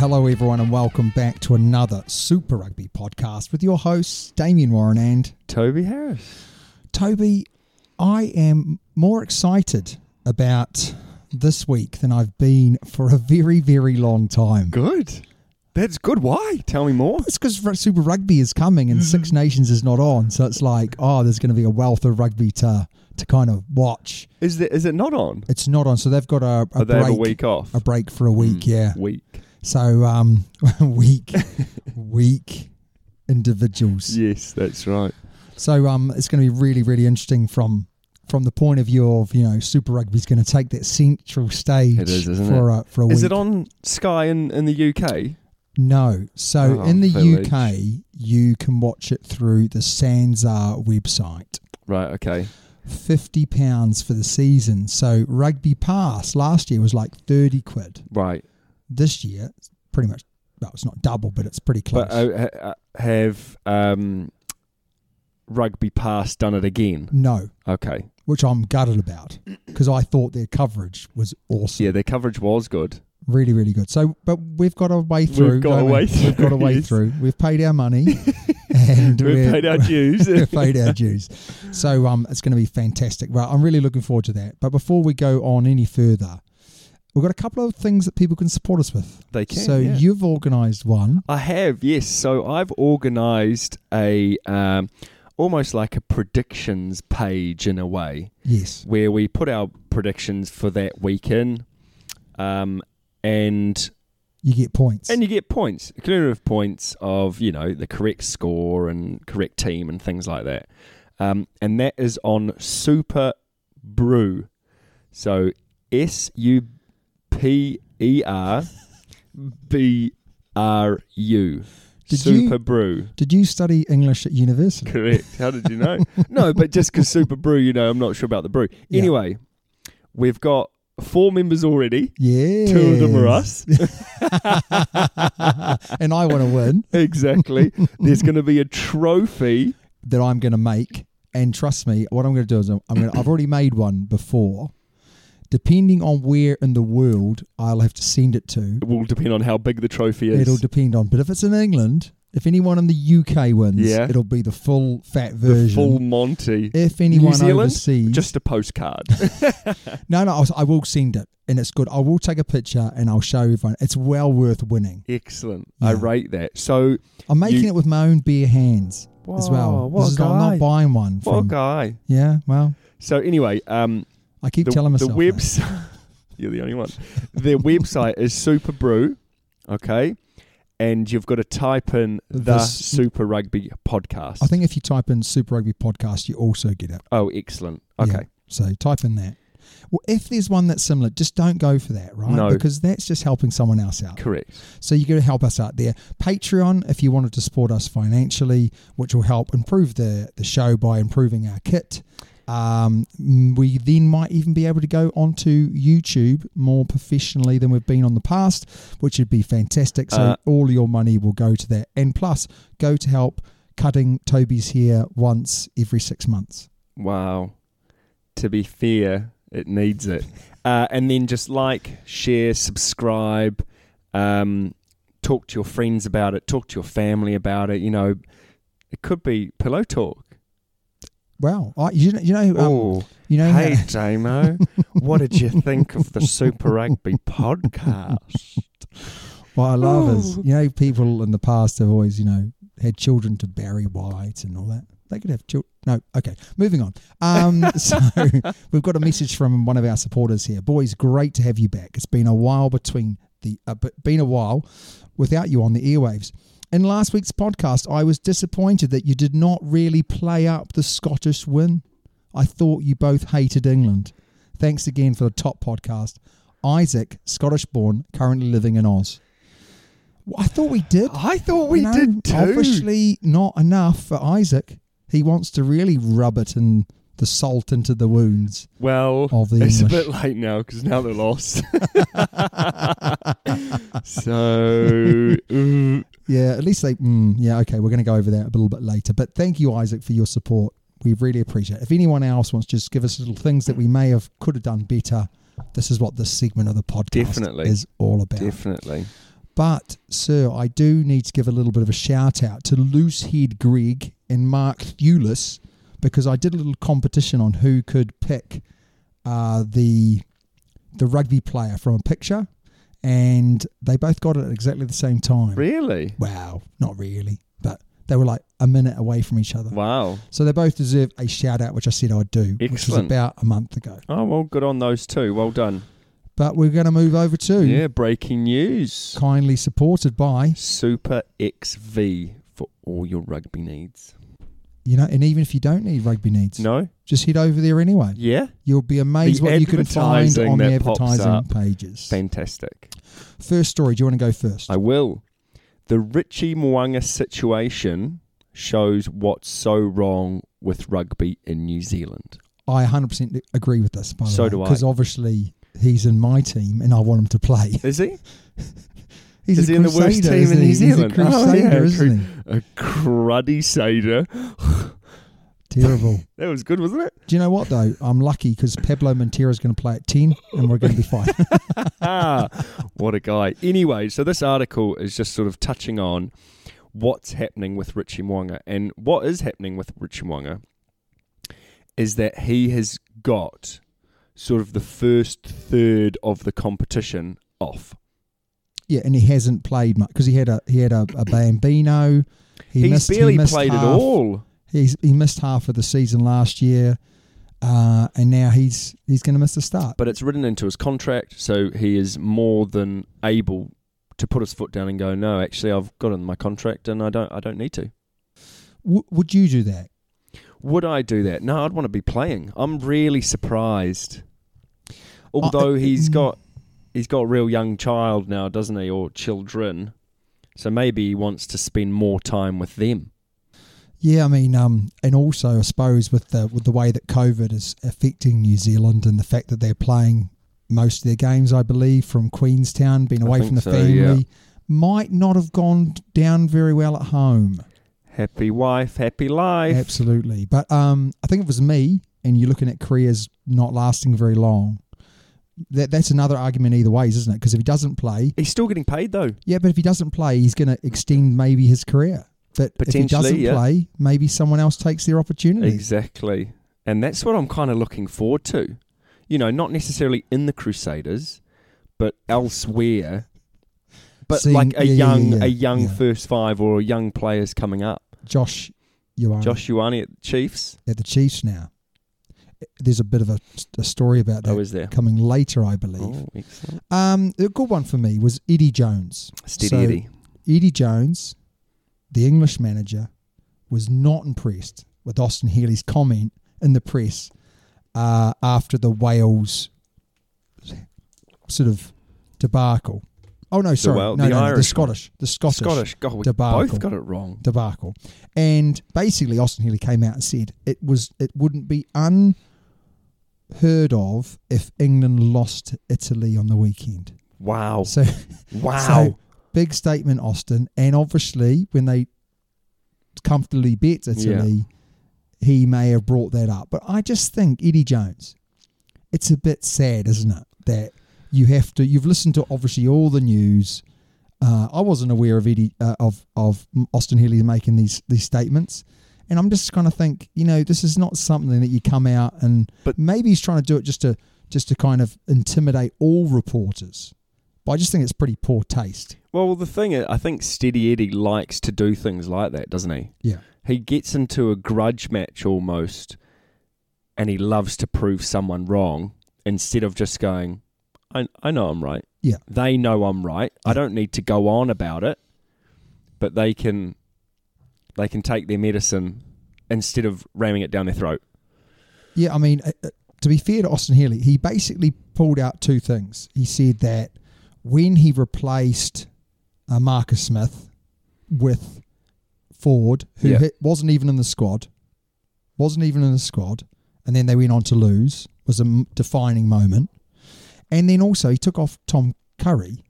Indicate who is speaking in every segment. Speaker 1: Hello, everyone, and welcome back to another Super Rugby podcast with your hosts, Damien Warren and
Speaker 2: Toby Harris.
Speaker 1: Toby. I am more excited about this week than I've been for a very, very long time.
Speaker 2: Good. That's good. Why? Tell me more.
Speaker 1: It's because Super Rugby is coming and
Speaker 2: Mm-hmm.
Speaker 1: Six Nations is not on. So it's like, oh, there's going to be a wealth of rugby to, to kind of watch.
Speaker 2: Is there, is it not on?
Speaker 1: It's not on. So they've got a, a
Speaker 2: But they
Speaker 1: break.
Speaker 2: have a week off. Mm.
Speaker 1: a break for a week, yeah.
Speaker 2: Week.
Speaker 1: So um, weak, weak individuals.
Speaker 2: Yes, that's right.
Speaker 1: So um, it's going to be really, really interesting from from the point of view of you know Super Rugby's going to take that central stage
Speaker 2: It is, isn't
Speaker 1: for a for a week.
Speaker 2: Is it on Sky in, in the UK?
Speaker 1: No. So
Speaker 2: Oh,
Speaker 1: in the
Speaker 2: village.
Speaker 1: UK, you can watch it through the Sanzar website.
Speaker 2: Right, okay.
Speaker 1: Fifty pounds for the season. So Rugby Pass last year was like thirty quid.
Speaker 2: Right.
Speaker 1: This year, it's pretty much. Well, it's not double, but it's pretty close.
Speaker 2: But uh, ha- uh, have um, Rugby Pass done it again?
Speaker 1: no.
Speaker 2: Okay.
Speaker 1: which I'm gutted about because I thought their coverage was awesome,
Speaker 2: Yeah, their coverage was good.
Speaker 1: really, really good. So, but we've got a way through.
Speaker 2: got a
Speaker 1: don't we?
Speaker 2: way
Speaker 1: We've got a
Speaker 2: through,
Speaker 1: way
Speaker 2: yes.
Speaker 1: through. We've paid our money, and
Speaker 2: We've
Speaker 1: we're-
Speaker 2: paid our dues.
Speaker 1: we've paid our dues. So, um, it's going to be fantastic. Well, I'm really looking forward to that. But before we go on any further, we've got a couple of things that people can support us with.
Speaker 2: They can,
Speaker 1: So
Speaker 2: yeah.
Speaker 1: you've organised one.
Speaker 2: I have, yes. So I've organised a um, almost like a predictions page in a way.
Speaker 1: Yes.
Speaker 2: where we put our predictions for that weekend, um, and
Speaker 1: You get points.
Speaker 2: and you get points, cumulative points of you know the correct score and correct team and things like that, um, and that is on Super Brew, so S U P E R B R U,
Speaker 1: Did
Speaker 2: Super
Speaker 1: you-
Speaker 2: Brew.
Speaker 1: Did you study English at university?
Speaker 2: Correct. How did you know? no, but just because Super Brew, you know, I'm not sure about the brew.
Speaker 1: Yeah.
Speaker 2: Anyway, we've got four members already.
Speaker 1: Yeah.
Speaker 2: Two of them are us.
Speaker 1: and I want to win.
Speaker 2: exactly. There's going to be a trophy.
Speaker 1: that I'm going to make. And trust me, what I'm going to do is I'm going to, I've already made one before. Depending on where in the world I'll have to send it to,
Speaker 2: It will depend on how big the trophy is.
Speaker 1: it'll depend on. But if it's in England, if anyone in the UK wins,
Speaker 2: Yeah.
Speaker 1: it'll be the full fat version.
Speaker 2: the full Monty.
Speaker 1: if
Speaker 2: New
Speaker 1: anyone
Speaker 2: Zealand,
Speaker 1: overseas,
Speaker 2: just a postcard.
Speaker 1: no, no, I'll, I will send it, and it's good. I will take a picture and I'll show everyone. It's well worth winning.
Speaker 2: Excellent. I
Speaker 1: Yeah.
Speaker 2: rate that. So,
Speaker 1: I'm making
Speaker 2: You-
Speaker 1: it with my own bare hands as
Speaker 2: Wow,
Speaker 1: well.
Speaker 2: what
Speaker 1: this
Speaker 2: a
Speaker 1: is not- I'm
Speaker 2: guy.
Speaker 1: not buying one.
Speaker 2: what a
Speaker 1: from-
Speaker 2: guy.
Speaker 1: Yeah, well,
Speaker 2: So anyway, um,
Speaker 1: I keep
Speaker 2: the,
Speaker 1: telling
Speaker 2: the
Speaker 1: myself that.
Speaker 2: website. you're the only one. Their website is Super Brew, okay, and you've got to type in the,
Speaker 1: The s-
Speaker 2: Super Rugby podcast.
Speaker 1: I think if you type in Super Rugby podcast, you also get it.
Speaker 2: Oh, excellent.
Speaker 1: Yeah.
Speaker 2: Okay,
Speaker 1: So type in that. Well, if there's one that's similar, just don't go for that, right?
Speaker 2: No.
Speaker 1: Because that's just helping someone else out.
Speaker 2: Correct.
Speaker 1: So you're going to help us out there. Patreon, if you wanted to support us financially, which will help improve the, the show by improving our kit. Um, mm, we then might even be able to go onto YouTube more professionally than we've been on the past, which would be fantastic. So
Speaker 2: Uh,
Speaker 1: all your money will go to that. And plus, go to help cutting Toby's hair once every six months.
Speaker 2: Wow. To be fair, it needs it. Uh, and then just like, share, subscribe, um, talk to your friends about it, talk to your family about it. You know, it could be pillow talk.
Speaker 1: Wow. I, you know, you know, um,
Speaker 2: oh,
Speaker 1: you know
Speaker 2: hey, Damo, what did you think of the Super Rugby podcast?
Speaker 1: What I love is, you know, people in the past have always, you know, had children to Barry White and all that. They could have children. No, okay. Moving on. Um, so we've got a message from one of our supporters here. Boys, great to have you back. It's been a while between the, uh, but been a while without you on the airwaves. In last week's podcast, I was disappointed that you did not really play up the Scottish win. I thought you both hated England. Thanks again for the top podcast. Isaac, Scottish born, currently living in Oz. Well, I thought we did.
Speaker 2: I thought we
Speaker 1: No,
Speaker 2: did too.
Speaker 1: Obviously, not enough for Isaac. He wants to really rub it and the salt into the wounds.
Speaker 2: Well,
Speaker 1: Of the
Speaker 2: it's
Speaker 1: English.
Speaker 2: a bit late now because now they're lost. so, mm,
Speaker 1: Yeah, at least they. Mm, yeah, okay, we're going to go over that a little bit later. But thank you, Isaac, for your support. We really appreciate it. If anyone else wants to just give us little things that we may have could have done better, this is what this segment of the podcast
Speaker 2: Definitely.
Speaker 1: is all about.
Speaker 2: definitely.
Speaker 1: But, sir, I do need to give a little bit of a shout out to Loosehead Greg and Mark Thewlis because I did a little competition on who could pick uh, the the rugby player from a picture, and they both got it at exactly the same time.
Speaker 2: Really?
Speaker 1: Wow, not really, but they were like a minute away from each other.
Speaker 2: Wow.
Speaker 1: So they both deserve a shout out, which I said I'd do, which was
Speaker 2: Excellent.
Speaker 1: about a month ago.
Speaker 2: Oh, well, good on those two. Well done.
Speaker 1: But we're going to move over to
Speaker 2: Yeah, breaking news.
Speaker 1: kindly supported by
Speaker 2: Super XV for all your rugby needs.
Speaker 1: you know, and even if you don't need rugby needs,
Speaker 2: No?
Speaker 1: just head over there anyway.
Speaker 2: Yeah?
Speaker 1: You'll be amazed
Speaker 2: The
Speaker 1: what you can find
Speaker 2: advertising
Speaker 1: on the
Speaker 2: that pops
Speaker 1: advertising
Speaker 2: up.
Speaker 1: pages.
Speaker 2: Fantastic.
Speaker 1: First story, do you want to go first?
Speaker 2: I will. The Richie Mwanga situation shows what's so wrong with rugby in New Zealand.
Speaker 1: I 100% agree with this, by the
Speaker 2: So
Speaker 1: way.
Speaker 2: do I.
Speaker 1: Because obviously he's in my team and I want him to play.
Speaker 2: Is he?
Speaker 1: He's
Speaker 2: Is
Speaker 1: a
Speaker 2: he in the worst
Speaker 1: crusader,
Speaker 2: team in
Speaker 1: isn't
Speaker 2: New
Speaker 1: he?
Speaker 2: Zealand?
Speaker 1: He's a
Speaker 2: Oh,
Speaker 1: crusader,
Speaker 2: yeah,
Speaker 1: isn't he?
Speaker 2: A cruddy Seder.
Speaker 1: Terrible.
Speaker 2: That was good, wasn't it?
Speaker 1: Do you know what though? I'm lucky because Pablo Montero is going to play at ten, and we're going to be fine.
Speaker 2: ah, what a guy. Anyway, so this article is just sort of touching on what's happening with Richie Mwanga. And what is happening with Richie Mwanga is that he has got sort of the first third of the competition off.
Speaker 1: yeah, and he hasn't played much because he had a he had a, a bambino. He
Speaker 2: He's
Speaker 1: missed, he
Speaker 2: barely
Speaker 1: missed
Speaker 2: played
Speaker 1: half,
Speaker 2: at all.
Speaker 1: He's he missed half of the season last year, uh, and now he's he's going to miss the start.
Speaker 2: But it's written into his contract, so he is more than able to put his foot down and go, No, actually I've got it in my contract and I don't I don't need to.
Speaker 1: W- would you do that?
Speaker 2: Would I do that? No, I'd want to be playing. I'm really surprised. Although
Speaker 1: I-
Speaker 2: he's got he's got a real young child now, doesn't he, or children? So maybe he wants to spend more time with them.
Speaker 1: Yeah, I mean, um, and also I suppose with the with the way that COVID is affecting New Zealand and the fact that they're playing most of their games, I believe, from Queenstown, being away
Speaker 2: think
Speaker 1: from the
Speaker 2: so,
Speaker 1: family,
Speaker 2: yeah.
Speaker 1: might not have gone down very well at home.
Speaker 2: Happy wife, happy life.
Speaker 1: Absolutely, but um, I think it was me. And you're looking at careers not lasting very long. That that's another argument either ways, isn't it? Because if he doesn't play,
Speaker 2: He's still getting paid though.
Speaker 1: yeah, but if he doesn't play, he's going to extend maybe his career. But if he
Speaker 2: Potentially,
Speaker 1: doesn't
Speaker 2: yeah.
Speaker 1: play, maybe someone else takes their opportunity.
Speaker 2: Exactly. And that's what I'm kind of looking forward to. You know, not necessarily in the Crusaders, but elsewhere. But
Speaker 1: Seeing-
Speaker 2: like a
Speaker 1: yeah, yeah,
Speaker 2: young
Speaker 1: yeah,
Speaker 2: a young
Speaker 1: yeah.
Speaker 2: first five or young players coming up.
Speaker 1: Josh, you are
Speaker 2: Josh Ioane at Chiefs.
Speaker 1: at the Chiefs now. There's a bit of a, a story about that
Speaker 2: Oh, is there?
Speaker 1: coming later, I believe.
Speaker 2: Oh, excellent.
Speaker 1: Um, a good one for me was Eddie Jones.
Speaker 2: Steady
Speaker 1: So,
Speaker 2: Eddie.
Speaker 1: Eddie Jones, the English manager, was not impressed with Austin Healy's comment in the press uh, after the Wales sort of debacle. Oh no, sorry,
Speaker 2: Wel-
Speaker 1: no,
Speaker 2: the
Speaker 1: no, no, the
Speaker 2: Irish
Speaker 1: Scottish, the Scottish,
Speaker 2: Scottish. God, we
Speaker 1: debacle.
Speaker 2: both got it wrong.
Speaker 1: debacle. And basically, Austin Healy came out and said it was it wouldn't be unheard of if England lost to Italy on the weekend.
Speaker 2: Wow.
Speaker 1: So,
Speaker 2: wow.
Speaker 1: so big statement, Austin. And obviously, when they comfortably beat Italy, he may have brought that up. But I just think Eddie Jones. It's a bit sad, isn't it? That you have to. You've listened to obviously all the news. Uh, I wasn't aware of Eddie uh, of of Austin Healy making these these statements, and I'm just kind of think you know this is not something that you come out and
Speaker 2: But-
Speaker 1: maybe he's trying to do it just to just to kind of intimidate all reporters. But I just think it's pretty poor taste.
Speaker 2: well, the thing is, I think Steady Eddie likes to do things like that, doesn't he?
Speaker 1: Yeah,
Speaker 2: He gets into a grudge match almost, and he loves to prove someone wrong instead of just going, I, I know I'm right.
Speaker 1: Yeah.
Speaker 2: They know I'm right. I don't need to go on about it, but they can they can take their medicine instead of ramming it down their throat.
Speaker 1: yeah. I mean, uh, uh, to be fair to Austin Healy, he basically pulled out two things. He said that when he replaced uh, Marcus Smith with Ford, who
Speaker 2: Yeah.
Speaker 1: hit, wasn't even in the squad, wasn't even in the squad, and then they went on to lose, was a m- defining moment. And then also he took off Tom Curry,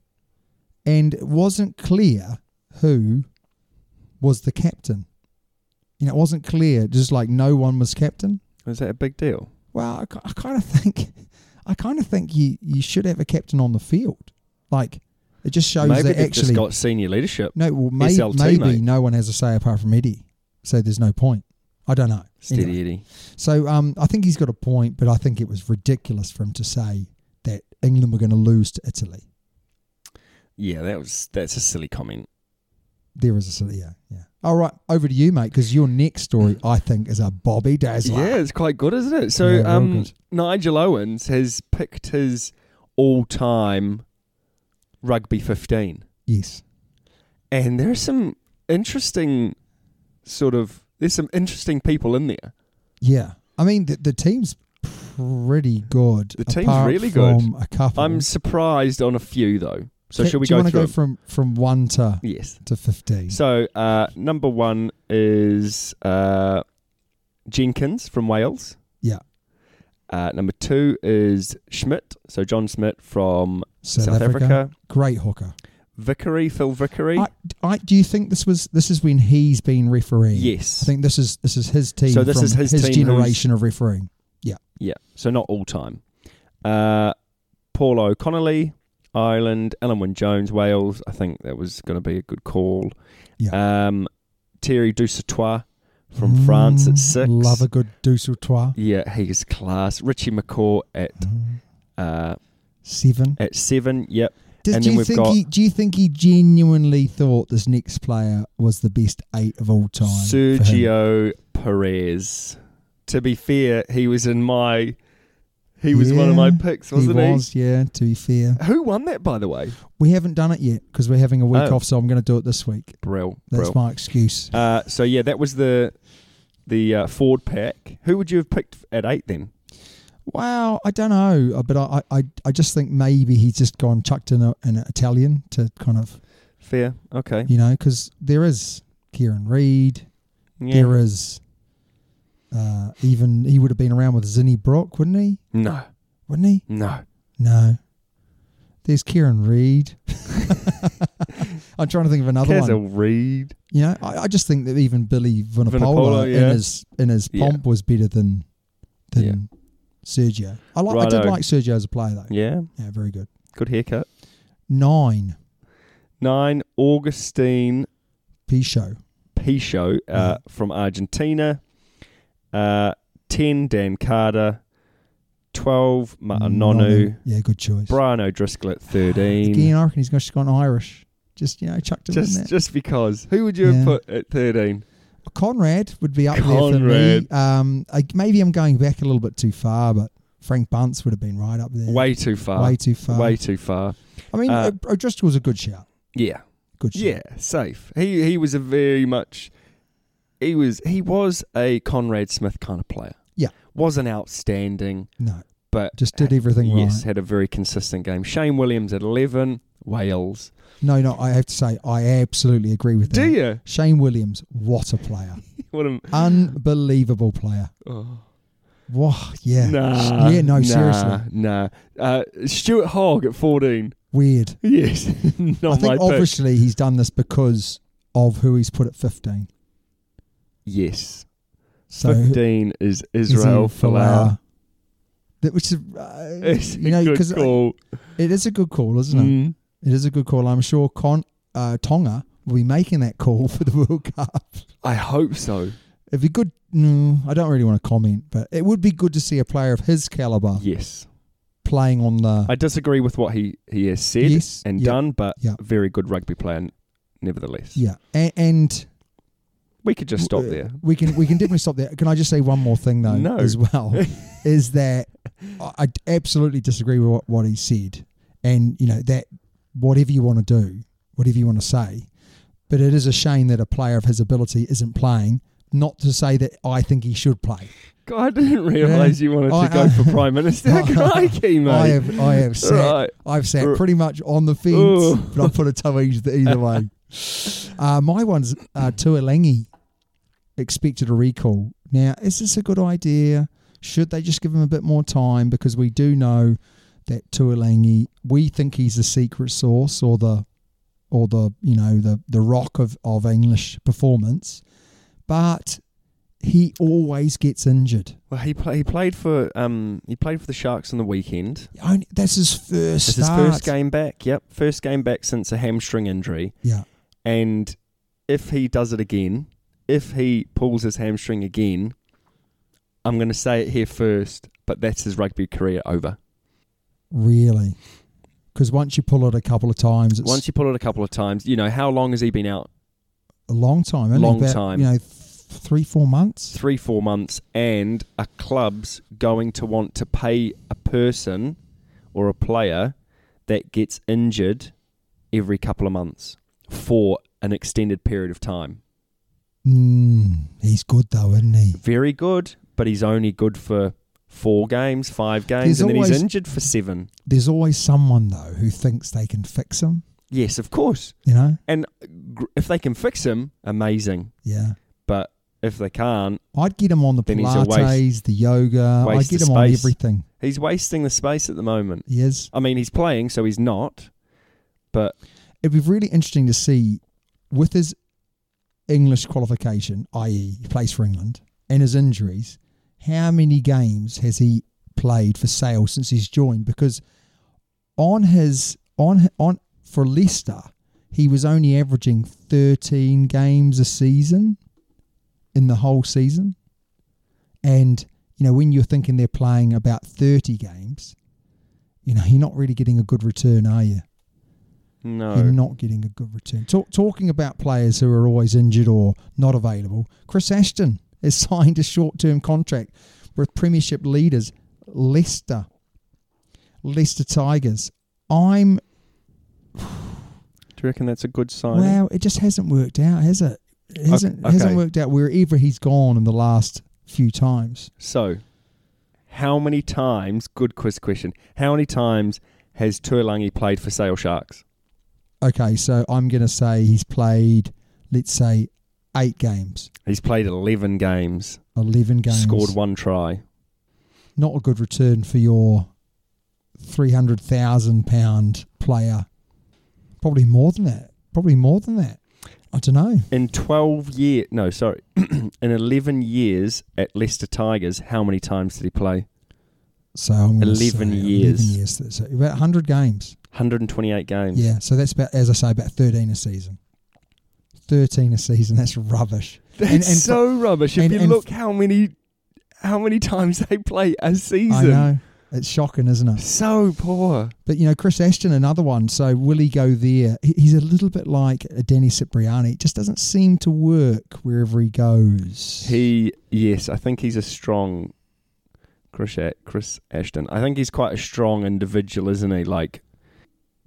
Speaker 1: and it wasn't clear who was the captain. You know, it wasn't clear. Just like no one was captain.
Speaker 2: Is that a big deal?
Speaker 1: Well, I, kind of think, I kind of think you you should have a captain on the field. Like it just shows
Speaker 2: Maybe
Speaker 1: that
Speaker 2: they've
Speaker 1: actually
Speaker 2: just got senior leadership.
Speaker 1: no, well, may,
Speaker 2: SLT,
Speaker 1: maybe
Speaker 2: mate.
Speaker 1: no one has a say apart from Eddie, so there's no point. I don't know.
Speaker 2: Steady
Speaker 1: Anyway,
Speaker 2: Eddie.
Speaker 1: so um, I think he's got a point, but I think it was ridiculous for him to say that England were going to lose to Italy.
Speaker 2: Yeah, that was that's a silly comment.
Speaker 1: There is a silly, yeah, yeah. All right, over to you, mate, because your next story,
Speaker 2: Mm.
Speaker 1: I think, is a Bobby Dazzler.
Speaker 2: Yeah, it's quite good, isn't it? So
Speaker 1: Yeah, real
Speaker 2: um,
Speaker 1: good.
Speaker 2: Nigel Owens has picked his all-time rugby fifteen,
Speaker 1: Yes.
Speaker 2: and there are some interesting sort of there's some interesting people in there.
Speaker 1: Yeah. I mean, the, the team's pretty good.
Speaker 2: The team's
Speaker 1: apart
Speaker 2: really good.
Speaker 1: from A couple.
Speaker 2: I'm surprised on a few though. So
Speaker 1: Ca-
Speaker 2: shall we
Speaker 1: do you
Speaker 2: go
Speaker 1: wanna
Speaker 2: through?
Speaker 1: go
Speaker 2: them?
Speaker 1: from, from 1 to,
Speaker 2: yes.
Speaker 1: to 15?
Speaker 2: So uh, number one is uh, Jenkins from Wales.
Speaker 1: Yeah.
Speaker 2: Uh, number two is Schmidt, so John Schmidt from
Speaker 1: South,
Speaker 2: South
Speaker 1: Africa.
Speaker 2: Africa.
Speaker 1: Great hooker.
Speaker 2: Vickery, Phil Vickery.
Speaker 1: I, I, do you think this was this is when he's been refereeing?
Speaker 2: yes.
Speaker 1: I think this is this is his team.
Speaker 2: So this
Speaker 1: from
Speaker 2: is his team who's-
Speaker 1: generation of refereeing.
Speaker 2: yeah. So not all time. Uh, Paul O'Connolly, Ireland. Ellen Wynne Jones, Wales. I think that was going to be a good call.
Speaker 1: Yeah.
Speaker 2: Um, Thierry Dusatois from France at
Speaker 1: Mm,
Speaker 2: six.
Speaker 1: Love a good douce ou trois.
Speaker 2: Yeah, he's class. Richie McCaw at
Speaker 1: Mm,
Speaker 2: uh,
Speaker 1: Seven.
Speaker 2: at seven. Yep.
Speaker 1: Does,
Speaker 2: and
Speaker 1: do
Speaker 2: then
Speaker 1: you
Speaker 2: we've
Speaker 1: think
Speaker 2: got-
Speaker 1: he? Do you think he genuinely thought this next player was the best eight of all time? for him?
Speaker 2: Sergio Perez. To be fair, he was in my. He was one of my
Speaker 1: Yeah,
Speaker 2: picks, wasn't
Speaker 1: he was, yeah. To be fair,
Speaker 2: Who won that, by the way?
Speaker 1: we haven't done it yet because we're having a week
Speaker 2: Oh.
Speaker 1: off, so I'm going to do it this week.
Speaker 2: Brill.
Speaker 1: That's
Speaker 2: Brill.
Speaker 1: my excuse.
Speaker 2: Uh, so yeah, that was the the uh, Ford pack. Who would you have picked at eight then?
Speaker 1: Wow, I don't know, uh, but I, I, I just think maybe he's just gone chucked in a, an Italian to kind of
Speaker 2: Fair. Okay.
Speaker 1: you know because there is Kieran Reid,
Speaker 2: Yeah.
Speaker 1: there is uh, even he would have been around with Zinni Brock, wouldn't he?
Speaker 2: No.
Speaker 1: Wouldn't he?
Speaker 2: No.
Speaker 1: No. There's Kieran Reid. I'm trying to think of another one.
Speaker 2: Kazil Reed.
Speaker 1: You know, I, I just think that even Billy Vanapola,
Speaker 2: Vunipola,
Speaker 1: in
Speaker 2: yeah.
Speaker 1: his in his
Speaker 2: Yeah.
Speaker 1: pomp was better than than
Speaker 2: Yeah.
Speaker 1: Sergio. I like I did
Speaker 2: Righto.
Speaker 1: like Sergio as a player though.
Speaker 2: Yeah.
Speaker 1: Yeah, very good.
Speaker 2: Good haircut.
Speaker 1: Nine
Speaker 2: Nine. Augustine
Speaker 1: Pichot.
Speaker 2: Pichot uh,
Speaker 1: Yeah.
Speaker 2: from Argentina. Uh, Ten. Dan Carter. Twelve. Ma'anonu.
Speaker 1: Yeah, good choice.
Speaker 2: Brian O'Driscoll at thirteen.
Speaker 1: Again, I reckon he's just gone Irish. Just you know, chucked him in
Speaker 2: just
Speaker 1: there.
Speaker 2: just because. Who would you have
Speaker 1: Yeah.
Speaker 2: put at thirteen?
Speaker 1: Conrad would be up there for me.
Speaker 2: Conrad.
Speaker 1: Um, I, maybe I'm going back a little bit too far, but Frank Bunce would have been right up there.
Speaker 2: Way too far.
Speaker 1: Way too far.
Speaker 2: Way too far.
Speaker 1: I mean,
Speaker 2: uh,
Speaker 1: O- O'Driscoll's a good shout.
Speaker 2: Yeah.
Speaker 1: Good shout.
Speaker 2: Yeah, safe. He he was a very much he was he was a Conrad Smith kind of player.
Speaker 1: Yeah.
Speaker 2: wasn't outstanding,
Speaker 1: No,
Speaker 2: but
Speaker 1: just did everything
Speaker 2: yes,
Speaker 1: right.
Speaker 2: had a very consistent game. Shane Williams at eleven, Wales.
Speaker 1: No, no, I have to say, I absolutely agree with that.
Speaker 2: Do you?
Speaker 1: Shane Williams, what a player.
Speaker 2: What a
Speaker 1: Unbelievable player. Wow, yeah.
Speaker 2: Oh. nah,
Speaker 1: yeah, no,
Speaker 2: nah,
Speaker 1: seriously.
Speaker 2: nah. Uh, Stuart Hogg at fourteen.
Speaker 1: Weird.
Speaker 2: Yes, not
Speaker 1: I think
Speaker 2: my pick.
Speaker 1: obviously he's done this because of who he's put at 15.
Speaker 2: Yes,
Speaker 1: So
Speaker 2: fifteen is Israel
Speaker 1: Izzy
Speaker 2: Folau.
Speaker 1: That, which is, uh,
Speaker 2: It's
Speaker 1: you know,
Speaker 2: a good
Speaker 1: 'cause
Speaker 2: call.
Speaker 1: it is a good call, isn't it?
Speaker 2: Mm.
Speaker 1: It is a good call. I'm sure Con, uh, Tonga will be making that call for the World Cup.
Speaker 2: I hope so.
Speaker 1: It'd be good. No, I don't really want to comment, but it would be good to see a player of his caliber
Speaker 2: Yes,
Speaker 1: playing on the.
Speaker 2: I disagree with what he he has said
Speaker 1: Yes,
Speaker 2: and
Speaker 1: yeah,
Speaker 2: done, but
Speaker 1: yeah.
Speaker 2: very good rugby player, n- nevertheless.
Speaker 1: yeah, and, and
Speaker 2: We could just stop
Speaker 1: uh,
Speaker 2: there.
Speaker 1: We can we can definitely stop there. Can I just say one more thing though?
Speaker 2: No.
Speaker 1: As well, is that I I absolutely disagree with what, what he said, and you know that whatever you want to do, whatever you want to say, but it is a shame that a player of his ability isn't playing. Not to say that I think he should play.
Speaker 2: God, I didn't realise you wanted to
Speaker 1: I-
Speaker 2: go
Speaker 1: I-
Speaker 2: for prime minister. Crikey, mate.
Speaker 1: I have I have sat
Speaker 2: Right. R-
Speaker 1: I've sat pretty much on the fence,
Speaker 2: Ooh.
Speaker 1: but I've put a toe either, either way. Uh, my one's uh, Tuolangi expected a recall. Now, is this a good idea? Should they just give him a bit more time? Because we do know that Tuolangi, we think he's the secret source or the or the you know the the rock of of English performance, but he always gets injured.
Speaker 2: Well, he, play, he played for um he played for the Sharks on the weekend.
Speaker 1: Only, that's his first.
Speaker 2: It's his
Speaker 1: start.
Speaker 2: first game back. Yep, first game back since a hamstring injury.
Speaker 1: Yeah.
Speaker 2: And if he does it again, if he pulls his hamstring again, I'm going to say it here first. But that's his rugby career over.
Speaker 1: Really? Because once you pull it a couple of times, it's
Speaker 2: Once you pull it a couple of times, you know how long has he been out?
Speaker 1: a long time. Only
Speaker 2: Long
Speaker 1: about,
Speaker 2: time.
Speaker 1: You know, th- three, four months.
Speaker 2: three, four months, and a club's going to want to pay a person or a player that gets injured every couple of months for an extended period of time.
Speaker 1: Mm, he's good though, isn't he?
Speaker 2: Very good, but he's only good for four games, five games,
Speaker 1: There's
Speaker 2: and then he's
Speaker 1: always-
Speaker 2: injured for seven.
Speaker 1: There's always someone though who thinks they can fix him.
Speaker 2: Yes, of course.
Speaker 1: You know?
Speaker 2: And gr- if they can fix him, amazing.
Speaker 1: Yeah.
Speaker 2: But if they can't,
Speaker 1: I'd get him on the
Speaker 2: Then he's a waste-
Speaker 1: Pilates, the yoga. I'd
Speaker 2: waste
Speaker 1: get
Speaker 2: of
Speaker 1: him on
Speaker 2: space.
Speaker 1: everything.
Speaker 2: he's wasting the space at the moment.
Speaker 1: He is.
Speaker 2: I mean, he's playing, so he's not. But
Speaker 1: it'd be really interesting to see with his English qualification, i.e., he plays for England, and his injuries, how many games has he played for Sale since he's joined? Because on his on on for Leicester, he was only averaging thirteen games a season in the whole season, and you know when you're thinking they're playing about thirty games, you know you're not really getting a good return, are you?
Speaker 2: no.
Speaker 1: you're not getting a good return. Talk, talking about players who are always injured or not available, Chris Ashton has signed a short term contract with Premiership leaders Leicester. Leicester Tigers. I'm,
Speaker 2: Do you reckon that's a good sign?
Speaker 1: wow, it just hasn't worked out, has it? It hasn't,
Speaker 2: Oh, okay.
Speaker 1: hasn't worked out wherever he's gone in the last few times.
Speaker 2: so, how many times? Good quiz question. How many times has Tuolangi played for Sale Sharks?
Speaker 1: Okay, so I'm going to say he's played, let's say, eight games,
Speaker 2: He's played eleven games,
Speaker 1: 11 games.
Speaker 2: scored one try.
Speaker 1: not a good return for your three hundred thousand pound player. Probably more than that. Probably more than that. I don't know.
Speaker 2: In twelve year, no, sorry, in eleven years at Leicester Tigers, how many times did he play?
Speaker 1: So I'm going to
Speaker 2: 11 years.
Speaker 1: Eleven years. That's it. about hundred games.
Speaker 2: Hundred and twenty-eight games.
Speaker 1: Yeah. So that's about, as I say, about thirteen a season. Thirteen a season. That's rubbish.
Speaker 2: That's so rubbish. If
Speaker 1: and-
Speaker 2: you
Speaker 1: and-
Speaker 2: look how many, how many times they play a season.
Speaker 1: I know it's shocking, isn't it?
Speaker 2: So poor.
Speaker 1: But you know, Chris Ashton, another one. So will he go there? He- He's a little bit like a Danny Cipriani. It just doesn't seem to work wherever he goes.
Speaker 2: He, yes, I think he's a strong Chris, A- Chris Ashton. I think he's quite a strong individual, isn't he? Like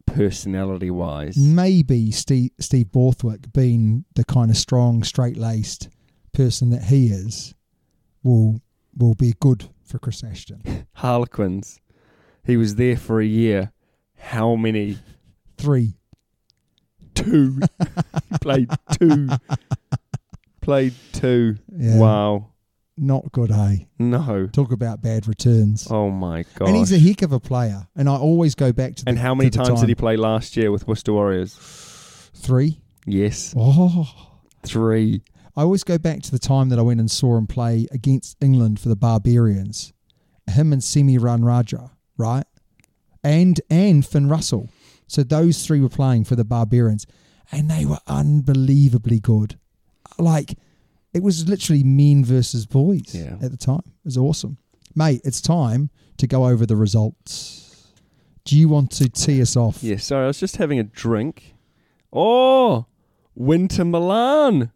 Speaker 2: personality wise.
Speaker 1: Mm. maybe Steve, Steve Borthwick, being the kind of strong, straight laced person that he is, will will be a good for Chris Ashton?
Speaker 2: Harlequins. He was there for a year. How many?
Speaker 1: Three.
Speaker 2: Two. Played two. Played two.
Speaker 1: Yeah.
Speaker 2: Wow.
Speaker 1: Not good, hey?
Speaker 2: No.
Speaker 1: Talk about bad returns.
Speaker 2: Oh my god.
Speaker 1: and he's a heck of a player. And I always go back to the
Speaker 2: And how many
Speaker 1: to the
Speaker 2: times did
Speaker 1: time.
Speaker 2: he play last year with Worcester Warriors?
Speaker 1: Three.
Speaker 2: Yes.
Speaker 1: Oh.
Speaker 2: Three.
Speaker 1: I always go back to the time that I went and saw him play against England for the Barbarians. Him and Semi Ranraja, right? And and Finn Russell. So those three were playing for the Barbarians. And they were unbelievably good. Like it was literally men versus boys
Speaker 2: Yeah.
Speaker 1: at the time. It was awesome. Mate, it's time to go over the results. Do you want to tee us off?
Speaker 2: Yeah, sorry, I was just having a drink. Oh, Winter Milan.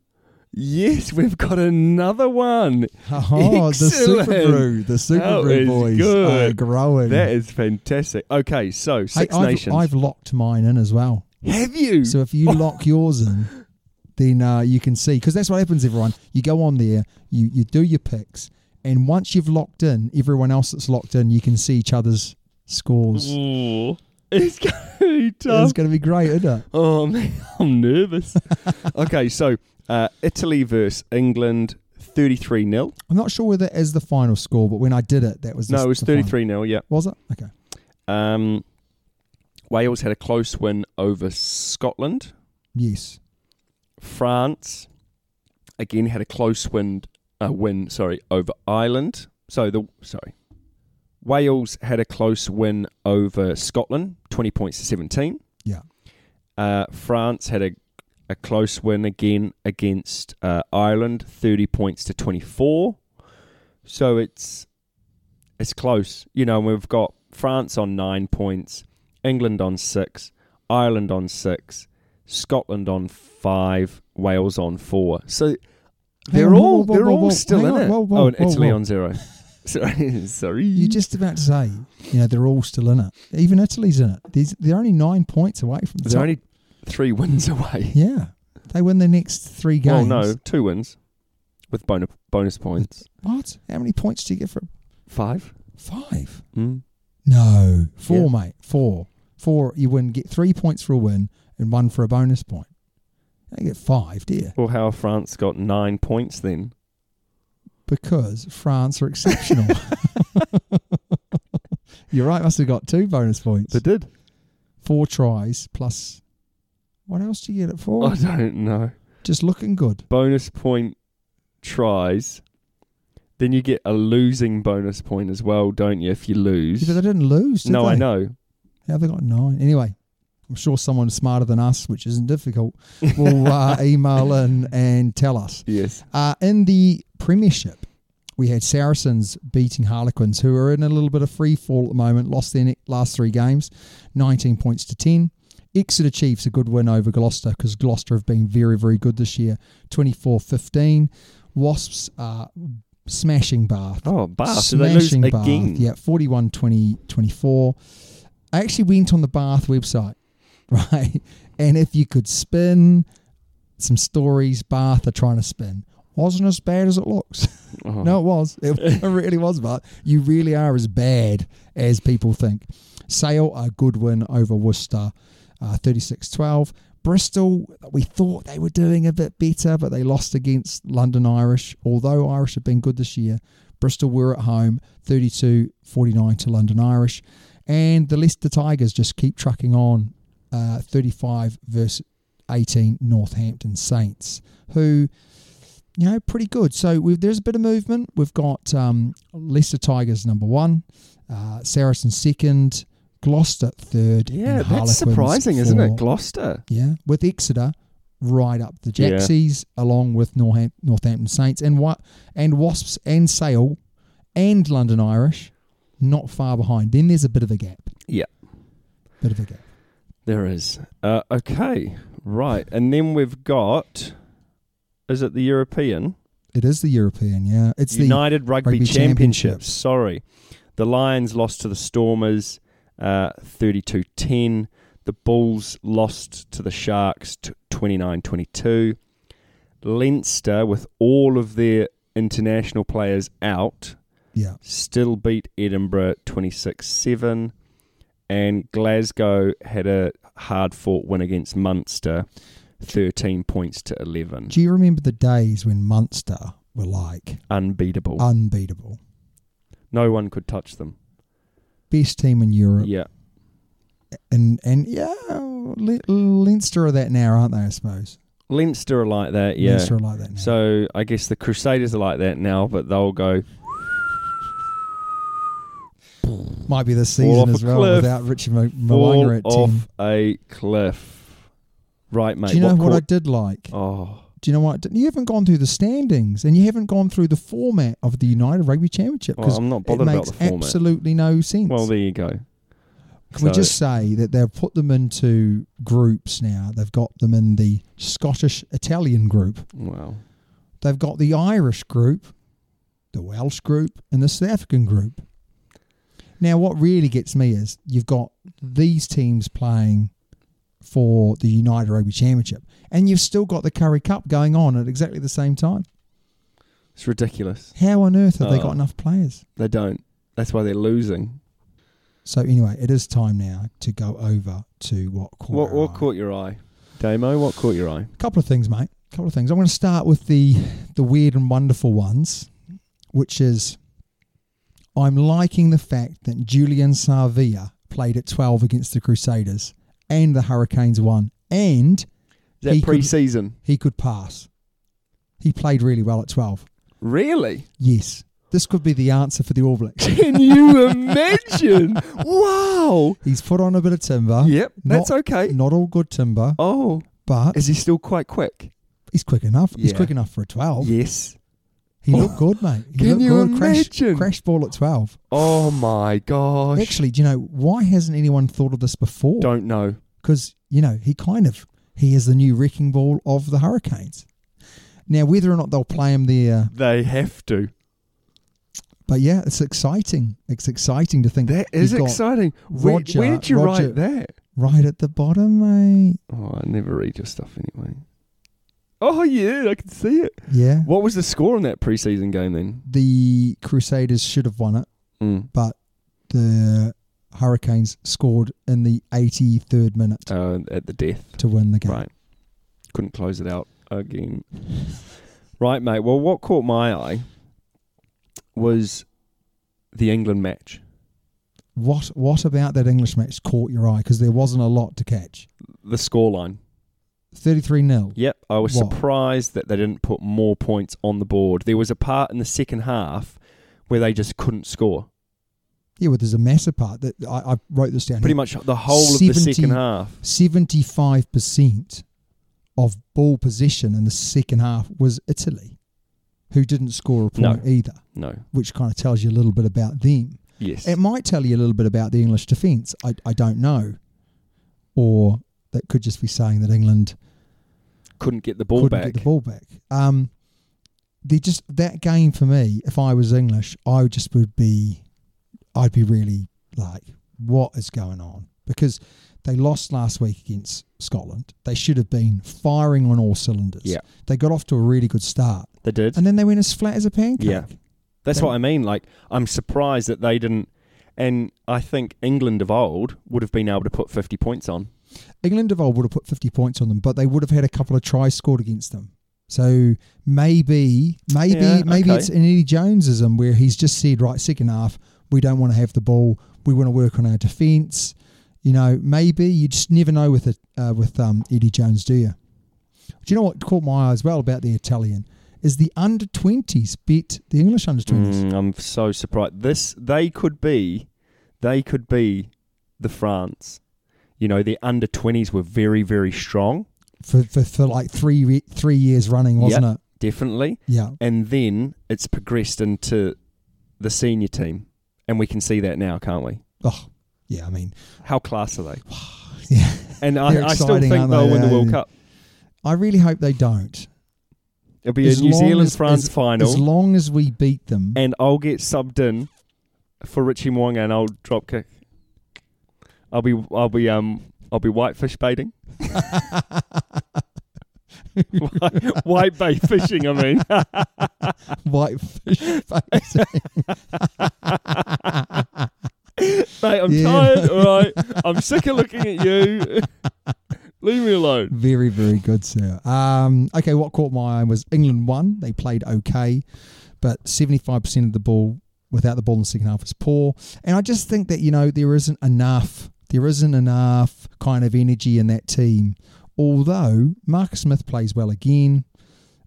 Speaker 2: Yes, we've got another one.
Speaker 1: Oh, the Super
Speaker 2: Excellent.
Speaker 1: Brew. The Super
Speaker 2: That
Speaker 1: Brew
Speaker 2: is
Speaker 1: boys
Speaker 2: good.
Speaker 1: are growing.
Speaker 2: That is fantastic. Okay, so
Speaker 1: Hey,
Speaker 2: Six
Speaker 1: I've,
Speaker 2: Nations. Oh.
Speaker 1: I've locked mine in as well.
Speaker 2: Have you?
Speaker 1: So if you lock yours in, then uh, you can see because that's what happens. Everyone, you go on there, you you do your picks, and once you've locked in, everyone else that's locked in, you can see each other's scores.
Speaker 2: Ooh, it's going to be tough.
Speaker 1: It's going to be great, isn't it?
Speaker 2: Oh man, I'm nervous. okay, so uh, Italy versus England, 33 0
Speaker 1: I'm not sure whether it is the final score, but when I did it, that was the,
Speaker 2: No, it was
Speaker 1: the final.
Speaker 2: 33 0 Yeah.
Speaker 1: Was it okay?
Speaker 2: Um, Wales had a close win over Scotland.
Speaker 1: Yes,
Speaker 2: France again had a close win. Uh, win, sorry, over Ireland. So the sorry, Wales had a close win over Scotland, twenty points to seventeen.
Speaker 1: yeah,
Speaker 2: Uh, France had a a close win again against uh, Ireland, thirty points to twenty four. So it's it's close, you know. We've got France on nine points, England on six, Ireland on six, Scotland on five, Wales on four. So they're
Speaker 1: on, whoa,
Speaker 2: all
Speaker 1: whoa,
Speaker 2: they're
Speaker 1: whoa,
Speaker 2: all
Speaker 1: whoa.
Speaker 2: still
Speaker 1: Hang
Speaker 2: in
Speaker 1: on,
Speaker 2: it.
Speaker 1: whoa, whoa,
Speaker 2: oh, and
Speaker 1: whoa,
Speaker 2: Italy
Speaker 1: whoa.
Speaker 2: on zero. Sorry, sorry.
Speaker 1: you're just about to say, you know, they're all still in it. Even Italy's in it. There's, they're only nine points away from the
Speaker 2: they're
Speaker 1: top.
Speaker 2: only three wins away.
Speaker 1: yeah, they win the next three
Speaker 2: Oh
Speaker 1: games.
Speaker 2: no, two wins with bonus bonus points.
Speaker 1: What? How many points do you get for
Speaker 2: Five.
Speaker 1: five?
Speaker 2: Mm.
Speaker 1: No, four,
Speaker 2: Yeah.
Speaker 1: mate. Four, four. You win. Get three points for a win and one for a bonus point. You get five, dear,
Speaker 2: Well, how have France got nine points then?
Speaker 1: because France are exceptional. You're right. Must have got two bonus points.
Speaker 2: did.
Speaker 1: Four tries plus. What else do you get it for?
Speaker 2: I don't know.
Speaker 1: Just looking good.
Speaker 2: Bonus point tries. Then you get a losing bonus point as well, don't you? If you lose.
Speaker 1: Yeah, but they didn't lose. Did
Speaker 2: no,
Speaker 1: they?
Speaker 2: I know.
Speaker 1: How have they got nine? Anyway, I'm sure someone smarter than us, which isn't difficult, will uh, email in and tell us.
Speaker 2: Yes.
Speaker 1: Uh, in the Premiership, we had Saracens beating Harlequins, who are in a little bit of free fall at the moment, lost their ne- last three games, 19 points to 10. Exeter Chiefs, a good win over Gloucester because Gloucester have been very, very good this year, 24 15. Wasps are smashing Bath.
Speaker 2: Oh, Bath. Did they lose
Speaker 1: Smashing Bath.
Speaker 2: again?
Speaker 1: Yeah, 41 20, 24. I actually went on the Bath website, right? And if you could spin some stories, Bath are trying to spin. Wasn't as bad as it looks.
Speaker 2: Oh.
Speaker 1: no, it was. It, it really was, but you really are as bad as people think. Sale, a good win over Worcester, uh, 36-12. Bristol, we thought they were doing a bit better, but they lost against London Irish. Although Irish have been good this year, Bristol were at home, 32-49 to London Irish. And the Leicester Tigers just keep trucking on, uh, 35 versus 18 Northampton Saints, who you know, pretty good. So we've, there's a bit of movement. We've got um, Leicester Tigers number one, uh, Saracen second, Gloucester third. and
Speaker 2: Yeah, that's
Speaker 1: Harlequins
Speaker 2: surprising, is isn't it?
Speaker 1: fourth.
Speaker 2: Gloucester.
Speaker 1: yeah, with Exeter right up the
Speaker 2: Yeah.
Speaker 1: Jacksies, along with Northam- Northampton Saints and what and Wasps and Sale and London Irish, not far behind. Then there's a bit of a gap.
Speaker 2: Yeah.
Speaker 1: Bit of a gap.
Speaker 2: There is. Uh, okay. Right. And then we've got. Is it the European?
Speaker 1: It is the European, yeah. It's the
Speaker 2: United Rugby,
Speaker 1: Rugby
Speaker 2: Championships.
Speaker 1: Championships.
Speaker 2: Sorry. The Lions lost to the Stormers uh, 32-10. The Bulls lost to the Sharks t- 29-22. Leinster, with all of their international players out,
Speaker 1: Yeah.
Speaker 2: still beat Edinburgh 26 7. And Glasgow had a hard fought win against Munster 13 points to 11.
Speaker 1: Do you remember the days when Munster were like
Speaker 2: Unbeatable.
Speaker 1: Uh, unbeatable?
Speaker 2: no one could touch them.
Speaker 1: Best team in Europe.
Speaker 2: Yeah.
Speaker 1: And, and yeah, Le- Leinster are that now, aren't they, I suppose?
Speaker 2: Leinster are like that, yeah.
Speaker 1: Leinster are like that now.
Speaker 2: So I guess the Crusaders are like that now, but they'll go
Speaker 1: Might be this
Speaker 2: Fall off
Speaker 1: season
Speaker 2: a
Speaker 1: as well
Speaker 2: cliff.
Speaker 1: without Richie Mo-
Speaker 2: fall
Speaker 1: Malonga at 10.
Speaker 2: off a cliff. Right, mate.
Speaker 1: Do you know what, I
Speaker 2: caught-
Speaker 1: did like?
Speaker 2: Oh,
Speaker 1: Do you know what? I did? You haven't gone through the standings and you haven't gone through the format of the United Rugby Championship
Speaker 2: Well,
Speaker 1: because
Speaker 2: I'm not bothered
Speaker 1: it
Speaker 2: about
Speaker 1: makes
Speaker 2: the format.
Speaker 1: absolutely no sense.
Speaker 2: well, there you go.
Speaker 1: Can we
Speaker 2: so-
Speaker 1: just say that they've put them into groups now? They've got them in the Scottish Italian group.
Speaker 2: Wow.
Speaker 1: They've got the Irish group, the Welsh group, and the South African group. Now, what really gets me is you've got these teams playing for the United Rugby Championship, and you've still got the Curry Cup going on at exactly the same time.
Speaker 2: It's ridiculous.
Speaker 1: How on earth have they
Speaker 2: Oh.
Speaker 1: got enough players?
Speaker 2: They don't. That's why they're losing.
Speaker 1: So, anyway, it is time now to go over to what caught
Speaker 2: What,
Speaker 1: our
Speaker 2: what
Speaker 1: eye.
Speaker 2: caught your eye? Damo, what caught your eye?
Speaker 1: couple of things, mate. couple of things. I'm going to start with the the weird and wonderful ones, which is I'm liking the fact that Julian Sarvia played at 12 against the Crusaders and the Hurricanes won, and
Speaker 2: Is
Speaker 1: He
Speaker 2: that
Speaker 1: could-
Speaker 2: pre season?
Speaker 1: he could pass. He played really well at 12.
Speaker 2: Really?
Speaker 1: Yes, this could be the answer for the All Blacks.
Speaker 2: Can you imagine? wow.
Speaker 1: He's put on a bit of timber.
Speaker 2: Yep, that's
Speaker 1: Not-
Speaker 2: okay.
Speaker 1: Not all good timber,
Speaker 2: Oh,
Speaker 1: but
Speaker 2: is he still quite quick?
Speaker 1: he's quick enough. He's
Speaker 2: Yeah.
Speaker 1: quick enough for a 12.
Speaker 2: Yes.
Speaker 1: He looked good, mate.
Speaker 2: Oh, Can
Speaker 1: He looked
Speaker 2: you
Speaker 1: good.
Speaker 2: imagine?
Speaker 1: Crash, crash ball at 12.
Speaker 2: Oh my gosh.
Speaker 1: Actually, do you know why hasn't anyone thought of this before?
Speaker 2: don't know.
Speaker 1: Because you know he kind of he is the new wrecking ball of the Hurricanes. Now, whether or not they'll play him there,
Speaker 2: They have to.
Speaker 1: but yeah, it's exciting. It's exciting to think
Speaker 2: That is
Speaker 1: you've got
Speaker 2: exciting. Where,
Speaker 1: Roger-
Speaker 2: where did you
Speaker 1: Roger-
Speaker 2: write that?
Speaker 1: Right at the bottom, mate.
Speaker 2: Oh, I never read your stuff anyway. Oh yeah, I can see it.
Speaker 1: Yeah,
Speaker 2: What was the score on that preseason game then?
Speaker 1: the Crusaders should have won it,
Speaker 2: Mm.
Speaker 1: but the Hurricanes scored in the 83rd minute
Speaker 2: Uh, at the death.
Speaker 1: to win the game.
Speaker 2: Right. Couldn't close it out again. right, mate. Well, what caught my eye was the England match.
Speaker 1: What What about that English match caught your eye? Because there wasn't a lot to catch.
Speaker 2: The scoreline.
Speaker 1: 33 0
Speaker 2: Yep, I was
Speaker 1: What?
Speaker 2: surprised that they didn't put more points on the board. There was a part in the second half where they just couldn't score.
Speaker 1: Yeah, well, there's a massive part that I, I wrote this down.
Speaker 2: Pretty much the whole of the
Speaker 1: 70
Speaker 2: second half.
Speaker 1: seventy-five percent of ball possession in the second half was Italy, who didn't score a
Speaker 2: No.
Speaker 1: point either,
Speaker 2: No.
Speaker 1: which kind of tells you a little bit about them.
Speaker 2: Yes.
Speaker 1: It might tell you a little bit about the English defence. I, I don't know, or that could just be saying that England
Speaker 2: couldn't get the ball
Speaker 1: couldn't
Speaker 2: back.
Speaker 1: get the ball back. Um, they just that game for me. If I was English, I would just would be, I'd be really like, what is going on? Because they lost last week against Scotland. They should have been firing on all cylinders.
Speaker 2: Yeah.
Speaker 1: they got off to a really good start,
Speaker 2: They did.
Speaker 1: and then they went as flat as a pancake.
Speaker 2: Yeah. That's what I mean. Like, I'm surprised that they didn't. And I think England of old would have been able to put 50 points on.
Speaker 1: England of old would have put fifty points on them, but they would have had a couple of tries scored against them. So maybe, maybe,
Speaker 2: Yeah,
Speaker 1: maybe
Speaker 2: okay.
Speaker 1: it's an Eddie Jonesism where he's just said, right, second half, we don't want to have the ball. We want to work on our defence. You know, maybe you just never know with it uh, with um, Eddie Jones, do you? Do you know what caught my eye as well about the Italian is the under twenties beat the English under twenties.
Speaker 2: Mm, I'm so surprised. This they could be, they could be, the France. You know, the under 20s were very, very strong.
Speaker 1: For, for for like three re- three years running, wasn't
Speaker 2: Yep,
Speaker 1: it?
Speaker 2: Definitely.
Speaker 1: Yeah,
Speaker 2: And then it's progressed into the senior team. And we can see that now, can't we?
Speaker 1: oh yeah. I mean,
Speaker 2: How class are they?
Speaker 1: yeah.
Speaker 2: And
Speaker 1: They're
Speaker 2: I, I still
Speaker 1: exciting,
Speaker 2: think
Speaker 1: aren't
Speaker 2: they'll
Speaker 1: they?
Speaker 2: win the
Speaker 1: Yeah,
Speaker 2: World
Speaker 1: yeah.
Speaker 2: Cup.
Speaker 1: I really hope they don't.
Speaker 2: It'll be
Speaker 1: As
Speaker 2: a New
Speaker 1: long
Speaker 2: Zealand
Speaker 1: as-
Speaker 2: France
Speaker 1: as-
Speaker 2: final.
Speaker 1: As long as we beat them,
Speaker 2: and I'll get subbed in for Richie Mwanga and I'll drop kick. I'll be I'll be um I'll be whitefish baiting. White, white bay fishing, I mean.
Speaker 1: White fish facing.
Speaker 2: Mate, I'm
Speaker 1: Yeah.
Speaker 2: tired, all right? I'm sick of looking at you. Leave me alone.
Speaker 1: Very, very good, sir. Um, okay, what caught my eye was England won. They played okay, but 75% of the ball without the ball in the second half was poor. And I just think that, you know, there isn't enough, there isn't enough kind of energy in that team. Although Marcus Smith plays well again.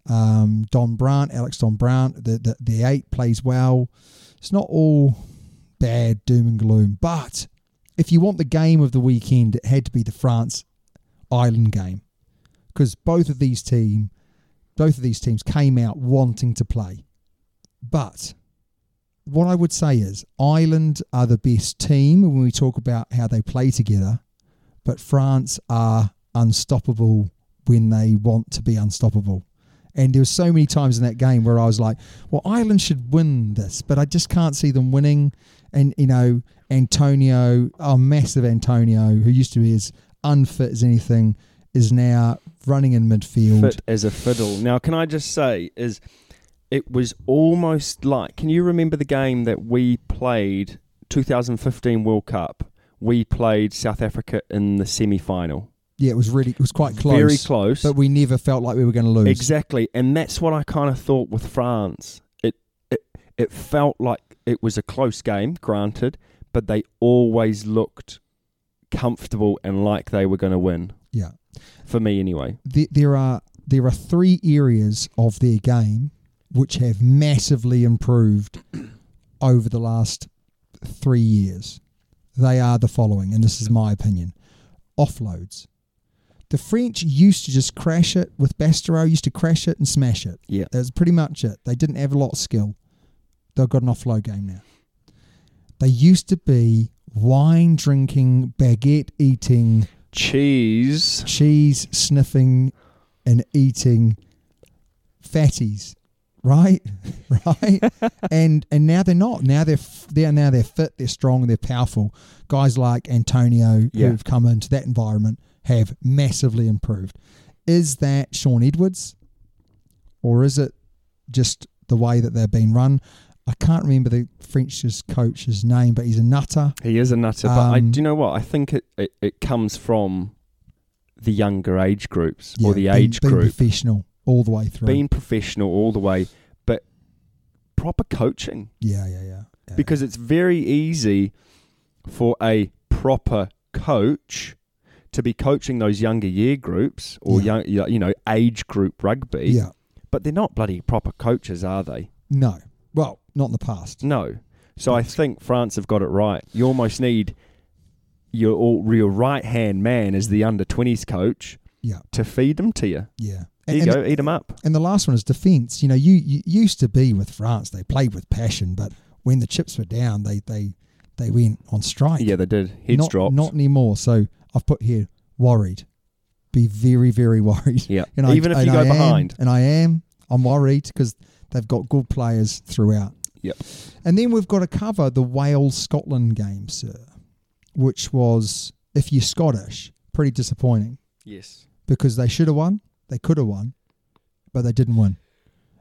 Speaker 1: Um, Don Brandt, Alex Don Brandt, the, the, the eight plays well. It's not all bad doom and gloom, but if you want the game of the weekend, it had to be the France Ireland game because both of these team, both of these teams came out wanting to play. But what I would say is Ireland are the best team when we talk about how they play together, but France are unstoppable when they want to be unstoppable. And there were so many times in that game where I was like, well, Ireland should win this, but I just can't see them winning. And, you know, Antonio, our massive Antonio, who used to be as unfit as anything, is now running in midfield.
Speaker 2: Fit as a fiddle. Now, can I just say, is it was almost like. Can you remember the game that we played, 2015 World Cup? We played South Africa in the semi final.
Speaker 1: Yeah, it was really, it was quite close.
Speaker 2: Very close.
Speaker 1: But we never felt like we were going to lose.
Speaker 2: Exactly, and that's what I kind of thought with France. It it it felt like it was a close game, granted, but they always looked comfortable and like they were going to win.
Speaker 1: Yeah.
Speaker 2: For me, anyway.
Speaker 1: There, there are there are three areas of their game which have massively improved over the last three years. They are the following, and this is my opinion: offloads. The French used to just crash it with Bastereau, used to crash it and smash it.
Speaker 2: Yeah.
Speaker 1: That was pretty much it. They didn't have a lot of skill. They've got an offload game now. They used to be wine drinking, baguette eating,
Speaker 2: Cheese.
Speaker 1: cheese sniffing and eating fatties, right? right? and and now they're not. Now they're f- they're now they're fit, they're strong, they're powerful. Guys like Antonio
Speaker 2: Yeah.
Speaker 1: who've come into that environment have massively improved. Is that Sean Edwards or is it just the way that they're being run? I can't remember the French's coach's name, but he's a nutter.
Speaker 2: He is a nutter, but I,
Speaker 1: Um,
Speaker 2: do you know what? I think it, it, it comes from the younger age groups or the
Speaker 1: being-
Speaker 2: age
Speaker 1: being
Speaker 2: group
Speaker 1: professional all the way through.
Speaker 2: being professional all the way, but proper coaching.
Speaker 1: yeah, yeah, yeah. yeah.
Speaker 2: because it's very easy for a proper coach to be coaching those younger year groups or
Speaker 1: Yeah.
Speaker 2: young, you know, age group rugby.
Speaker 1: yeah.
Speaker 2: But they're not bloody proper coaches, are they?
Speaker 1: No. Well, not in the past.
Speaker 2: No. So I think France have got it right. You almost need your all, your right hand man as the under twenties coach
Speaker 1: Yeah.
Speaker 2: to feed them to you.
Speaker 1: Yeah.
Speaker 2: There you
Speaker 1: and,
Speaker 2: go, eat them up.
Speaker 1: and the last one is defence. You know, you, you used to be with France. They played with passion, but when the chips were down, they they they went on strike.
Speaker 2: Yeah, they did. Heads
Speaker 1: not,
Speaker 2: dropped.
Speaker 1: Not anymore. So I've put here worried. Be very very worried.
Speaker 2: Yeah.
Speaker 1: And I-
Speaker 2: Even if
Speaker 1: and
Speaker 2: you go
Speaker 1: I am-
Speaker 2: behind.
Speaker 1: and I am, I'm worried because they've got good players throughout.
Speaker 2: Yep.
Speaker 1: And then we've got to cover the Wales Scotland game, sir, which was if you're Scottish, pretty disappointing.
Speaker 2: Yes.
Speaker 1: because they should have won, they could have won, but they didn't win.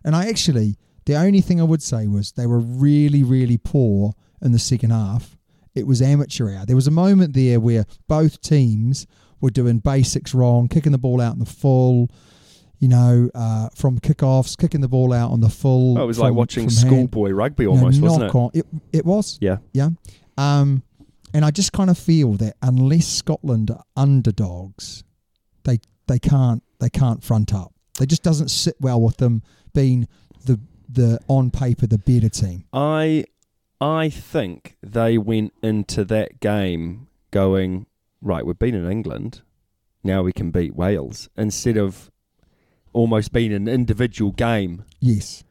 Speaker 1: And I actually, the only thing I would say was they were really, really poor in the second half. It was amateur hour. There was a moment there where both teams were doing basics wrong, kicking the ball out in the full, you know, uh, from kickoffs, kicking the ball out on the full.
Speaker 2: Oh, it was like
Speaker 1: from-
Speaker 2: watching
Speaker 1: from hand.
Speaker 2: schoolboy rugby
Speaker 1: You know,
Speaker 2: almost, wasn't
Speaker 1: knock
Speaker 2: it?
Speaker 1: on- it? It was.
Speaker 2: Yeah.
Speaker 1: Yeah. Um, and I just kind of feel that unless Scotland are underdogs, they they can't they can't front up. They just doesn't sit well with them being the the on paper the better team.
Speaker 2: I I think they went into that game going, right, we've been in England, now we can beat Wales, instead of almost being an individual game.
Speaker 1: Yes.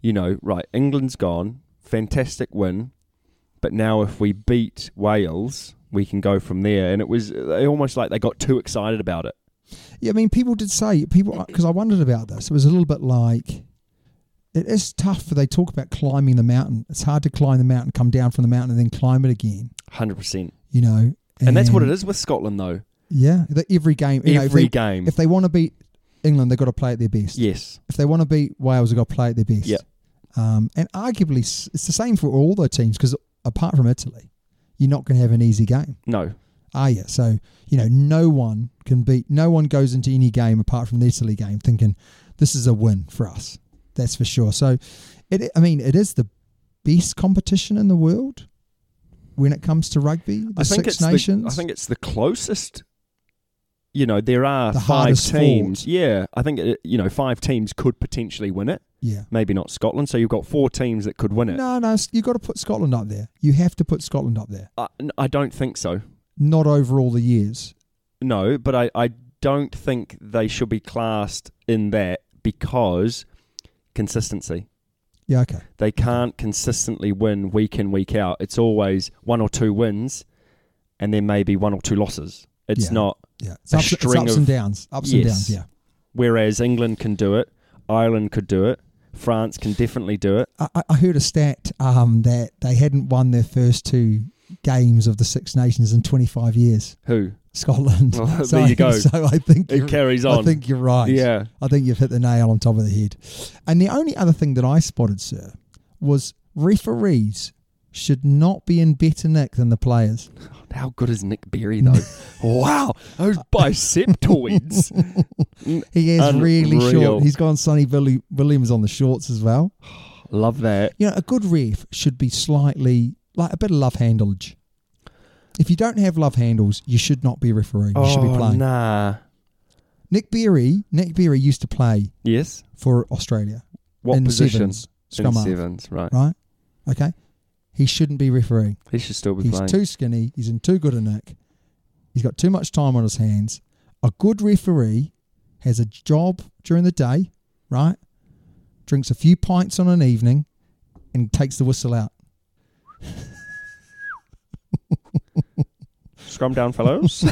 Speaker 2: You know, right, England's gone, fantastic win, but now if we beat Wales, we can go from there. And it was they almost like they got too excited about it.
Speaker 1: Yeah, I mean, people did say people because I wondered about this. It was a little bit like it is tough. For they talk about climbing the mountain. It's hard to climb the mountain, come down from the mountain, and then climb it again.
Speaker 2: 100%. And,
Speaker 1: You know, and,
Speaker 2: that's what it is with Scotland, though.
Speaker 1: Yeah, that every game. You know, if
Speaker 2: Every
Speaker 1: they-
Speaker 2: game.
Speaker 1: if they want to beat England, they've got to play at their best.
Speaker 2: Yes.
Speaker 1: If they want to beat Wales, they've got to play at their best.
Speaker 2: Yep.
Speaker 1: Um, and arguably, s- it's the same for all the teams because apart from Italy, you're not going to have an easy game,
Speaker 2: No.
Speaker 1: are you? So, you know, no one can beat, no one goes into any game apart from the Italy game thinking this is a win for us. That's for sure. So, it, I mean, it is the best competition in the world when it comes to rugby. The
Speaker 2: I think
Speaker 1: Six
Speaker 2: it's
Speaker 1: Nations.
Speaker 2: The, I think it's the closest. You know, there are
Speaker 1: The
Speaker 2: five
Speaker 1: hardest
Speaker 2: teams.
Speaker 1: fought.
Speaker 2: Yeah, I think it, you know five teams could potentially win it.
Speaker 1: yeah.
Speaker 2: Maybe not Scotland. So you've got four teams that could win it.
Speaker 1: No, no, you've got to put Scotland up there. You have to put Scotland up there.
Speaker 2: I, n- I don't think so.
Speaker 1: Not over all the years.
Speaker 2: No, but I, I don't think they should be classed in that because consistency.
Speaker 1: Yeah, okay.
Speaker 2: They can't consistently win week in, week out. It's always one or two wins and then maybe one or two losses. It's
Speaker 1: Yeah.
Speaker 2: not.
Speaker 1: Yeah, it's
Speaker 2: A
Speaker 1: ups, it's
Speaker 2: string
Speaker 1: ups
Speaker 2: of-
Speaker 1: and downs. Ups and
Speaker 2: Yes.
Speaker 1: downs. Yeah.
Speaker 2: Whereas England can do it, Ireland could do it, France can definitely do it.
Speaker 1: I- I, I heard a stat um, that they hadn't won their first two games of the Six Nations in 25 years.
Speaker 2: Who?
Speaker 1: Scotland.
Speaker 2: Well, there
Speaker 1: so,
Speaker 2: you go.
Speaker 1: So I think
Speaker 2: It
Speaker 1: you're-
Speaker 2: carries
Speaker 1: I
Speaker 2: on.
Speaker 1: think you're right.
Speaker 2: Yeah.
Speaker 1: I think you've hit the nail on top of the head. And the only other thing that I spotted, sir, was referees should not be in better nick than the players.
Speaker 2: How good is Nick Berry, though? wow, those biceptoids.
Speaker 1: He is really
Speaker 2: Unreal.
Speaker 1: short. He's gone Sonny Billy Williams on the shorts as well.
Speaker 2: Love that.
Speaker 1: You know, a good ref should be slightly like a bit of love handlage. If you don't have love handles, you should not be refereeing. You should be
Speaker 2: Oh,
Speaker 1: playing.
Speaker 2: nah.
Speaker 1: Nick Berry, Nick Berry used to play
Speaker 2: Yes.
Speaker 1: for Australia.
Speaker 2: What
Speaker 1: in
Speaker 2: position?
Speaker 1: Sevens, scrum
Speaker 2: in
Speaker 1: half,
Speaker 2: sevens, right.
Speaker 1: right? Okay, he shouldn't be refereeing.
Speaker 2: He should still be
Speaker 1: He's
Speaker 2: playing.
Speaker 1: too skinny. He's in too good a nick. He's got too much time on his hands. A good referee has a job during the day, right? Drinks a few pints on an evening and takes the whistle out.
Speaker 2: Scrum down, fellows.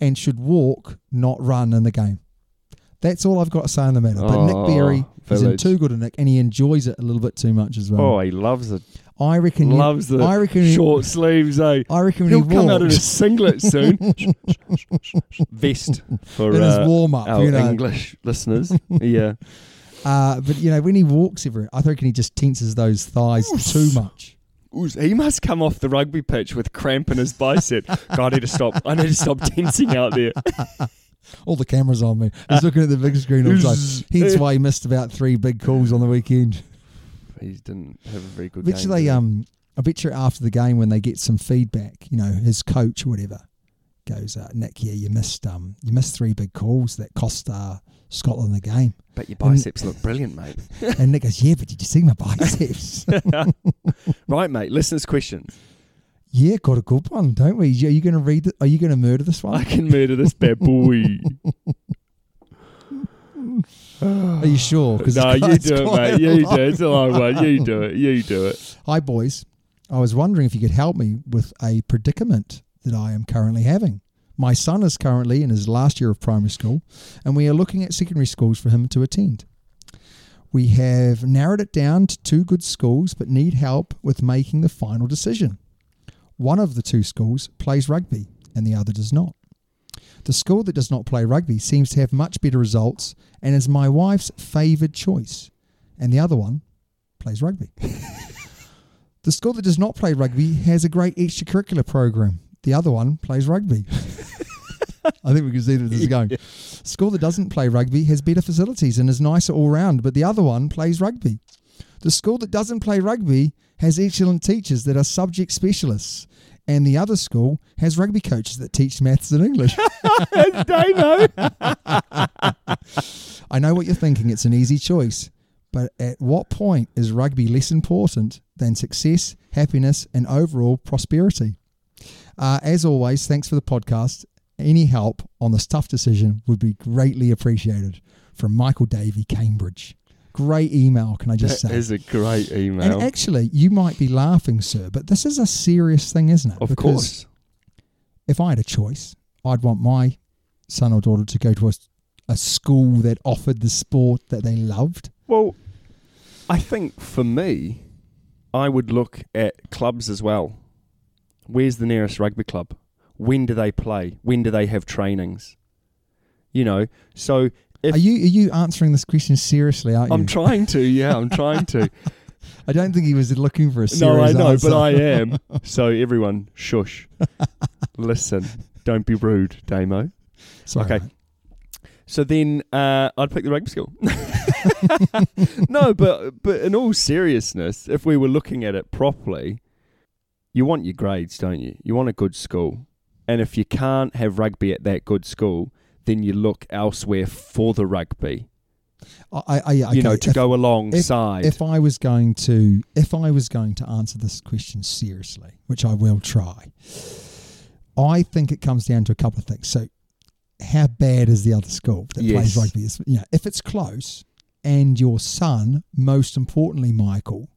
Speaker 1: and should walk, not run in the game. That's all I've got to say on the matter. But
Speaker 2: Oh,
Speaker 1: Nick Berry is in
Speaker 2: village.
Speaker 1: too good a nick, and he enjoys it a little bit too much as well.
Speaker 2: oh, he loves the
Speaker 1: I reckon. you-
Speaker 2: Oh, loves the
Speaker 1: I reckon. he-
Speaker 2: short sleeves. Eh?
Speaker 1: I reckon when
Speaker 2: He'll
Speaker 1: he
Speaker 2: come out in a
Speaker 1: walks
Speaker 2: singlet soon. Vest for
Speaker 1: in his
Speaker 2: uh,
Speaker 1: warm up.
Speaker 2: our
Speaker 1: You know,
Speaker 2: English listeners. Yeah,
Speaker 1: Uh, but you know, when he walks everywhere, I reckon he just tenses those thighs too much.
Speaker 2: Ooh, he must come off the rugby pitch with cramp in his bicep. God, I need to stop. I need to stop tensing out there.
Speaker 1: All the cameras on me. He's looking at the big screen all the time. Hence why he missed about three big calls on the weekend.
Speaker 2: He didn't have a very
Speaker 1: I
Speaker 2: good.
Speaker 1: bet you
Speaker 2: game,
Speaker 1: they
Speaker 2: did he?
Speaker 1: um I bet you after the game when they get some feedback, you know, his coach or whatever goes, uh, Nick, yeah, you missed um you missed three big calls that cost uh Scotland the game.
Speaker 2: But your biceps look brilliant, mate.
Speaker 1: And Nick goes, Yeah, but did you see my biceps?
Speaker 2: right, mate. Listeners' questions.
Speaker 1: yeah, got a good one, don't we? Are you gonna read the, are you gonna murder this one?
Speaker 2: I can murder this bad boy.
Speaker 1: Are you sure? 'Cause
Speaker 2: No,
Speaker 1: it's
Speaker 2: you
Speaker 1: it's
Speaker 2: do it,
Speaker 1: quite
Speaker 2: mate.
Speaker 1: a
Speaker 2: You
Speaker 1: long
Speaker 2: do it. It's a long one. You do it. You do it.
Speaker 1: Hi, boys. I was wondering if you could help me with a predicament that I am currently having. My son is currently in his last year of primary school, and we are looking at secondary schools for him to attend. We have narrowed it down to two good schools, but need help with making the final decision. One of the two schools plays rugby, and the other does not. The school that does not play rugby seems to have much better results and is my wife's favoured choice, and the other one plays rugby. The school that does not play rugby has a great extracurricular program. The other one plays rugby. I think we can see where this is going. School that doesn't play rugby has better facilities and is nicer all round, but the other one plays rugby. The school that doesn't play rugby has excellent teachers that are subject specialists, and the other school has rugby coaches that teach maths and English.
Speaker 2: Damo.
Speaker 1: I know what you're thinking, it's an easy choice, but at what point is rugby less important than success, happiness, and overall prosperity? Uh, as always, thanks for the podcast. Any help on this tough decision would be greatly appreciated. From Michael Davey, Cambridge. Great email, can I just
Speaker 2: That
Speaker 1: say?
Speaker 2: is a great email.
Speaker 1: and actually, you might be laughing, sir, but this is a serious thing, isn't it?
Speaker 2: of
Speaker 1: Because
Speaker 2: course.
Speaker 1: if I had a choice, I'd want my son or daughter to go to a, a school that offered the sport that they loved.
Speaker 2: Well, I think for me, I would look at clubs as well. Where's the nearest rugby club? When do they play? When do they have trainings? You know, so if
Speaker 1: Are you are you answering this question seriously? Aren't
Speaker 2: I'm
Speaker 1: you?
Speaker 2: trying to, yeah, I'm trying to.
Speaker 1: I don't think he was looking for a serious
Speaker 2: no, I know,
Speaker 1: answer.
Speaker 2: but I am. So everyone, shush, listen, don't be rude, Damo.
Speaker 1: Sorry,
Speaker 2: Okay.
Speaker 1: mate.
Speaker 2: So then uh, I'd pick the rugby school. no, but but in all seriousness, if we were looking at it properly, you want your grades, don't you? You want a good school, and if you can't have rugby at that good school, then you look elsewhere for the rugby.
Speaker 1: I, I, I, okay.
Speaker 2: you know, to
Speaker 1: if,
Speaker 2: go alongside.
Speaker 1: if I was going to if I was going to answer this question seriously, which I will try, I think it comes down to a couple of things. So, how bad is the other school that
Speaker 2: Yes.
Speaker 1: plays rugby? It's- You know, if it's close, and your son, most importantly, Michael,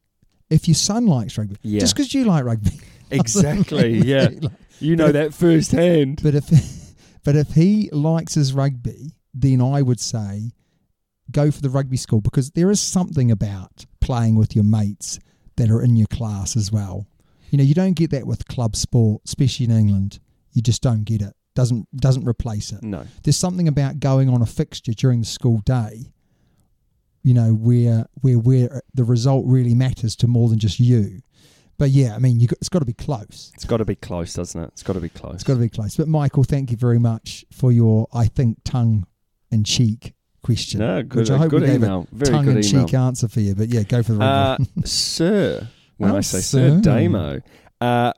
Speaker 1: if your son likes rugby,
Speaker 2: Yeah.
Speaker 1: just because you like rugby,
Speaker 2: exactly, yeah.
Speaker 1: like-
Speaker 2: You know that firsthand.
Speaker 1: But if but if he likes his rugby, then I would say go for the rugby school because there is something about playing with your mates that are in your class as well. You know, you don't get that with club sport, especially in England. You just don't get it. Doesn't doesn't replace it.
Speaker 2: No.
Speaker 1: There's something about going on a fixture during the school day, you know, where where where the result really matters to more than just you. But yeah, I mean, you got, it's got to be close.
Speaker 2: It's got to be close, doesn't it? It's got to be close.
Speaker 1: It's got to be close. But Michael, thank you very much for your, I think, tongue and cheek question.
Speaker 2: No, good-
Speaker 1: which I hope
Speaker 2: good
Speaker 1: we gave
Speaker 2: email.
Speaker 1: a
Speaker 2: Very
Speaker 1: tongue
Speaker 2: good
Speaker 1: and cheek
Speaker 2: email.
Speaker 1: answer for you. But yeah, go for the
Speaker 2: Uh,
Speaker 1: right one.
Speaker 2: sir, when
Speaker 1: Oh,
Speaker 2: I say sir,
Speaker 1: sir.
Speaker 2: Damo, uh,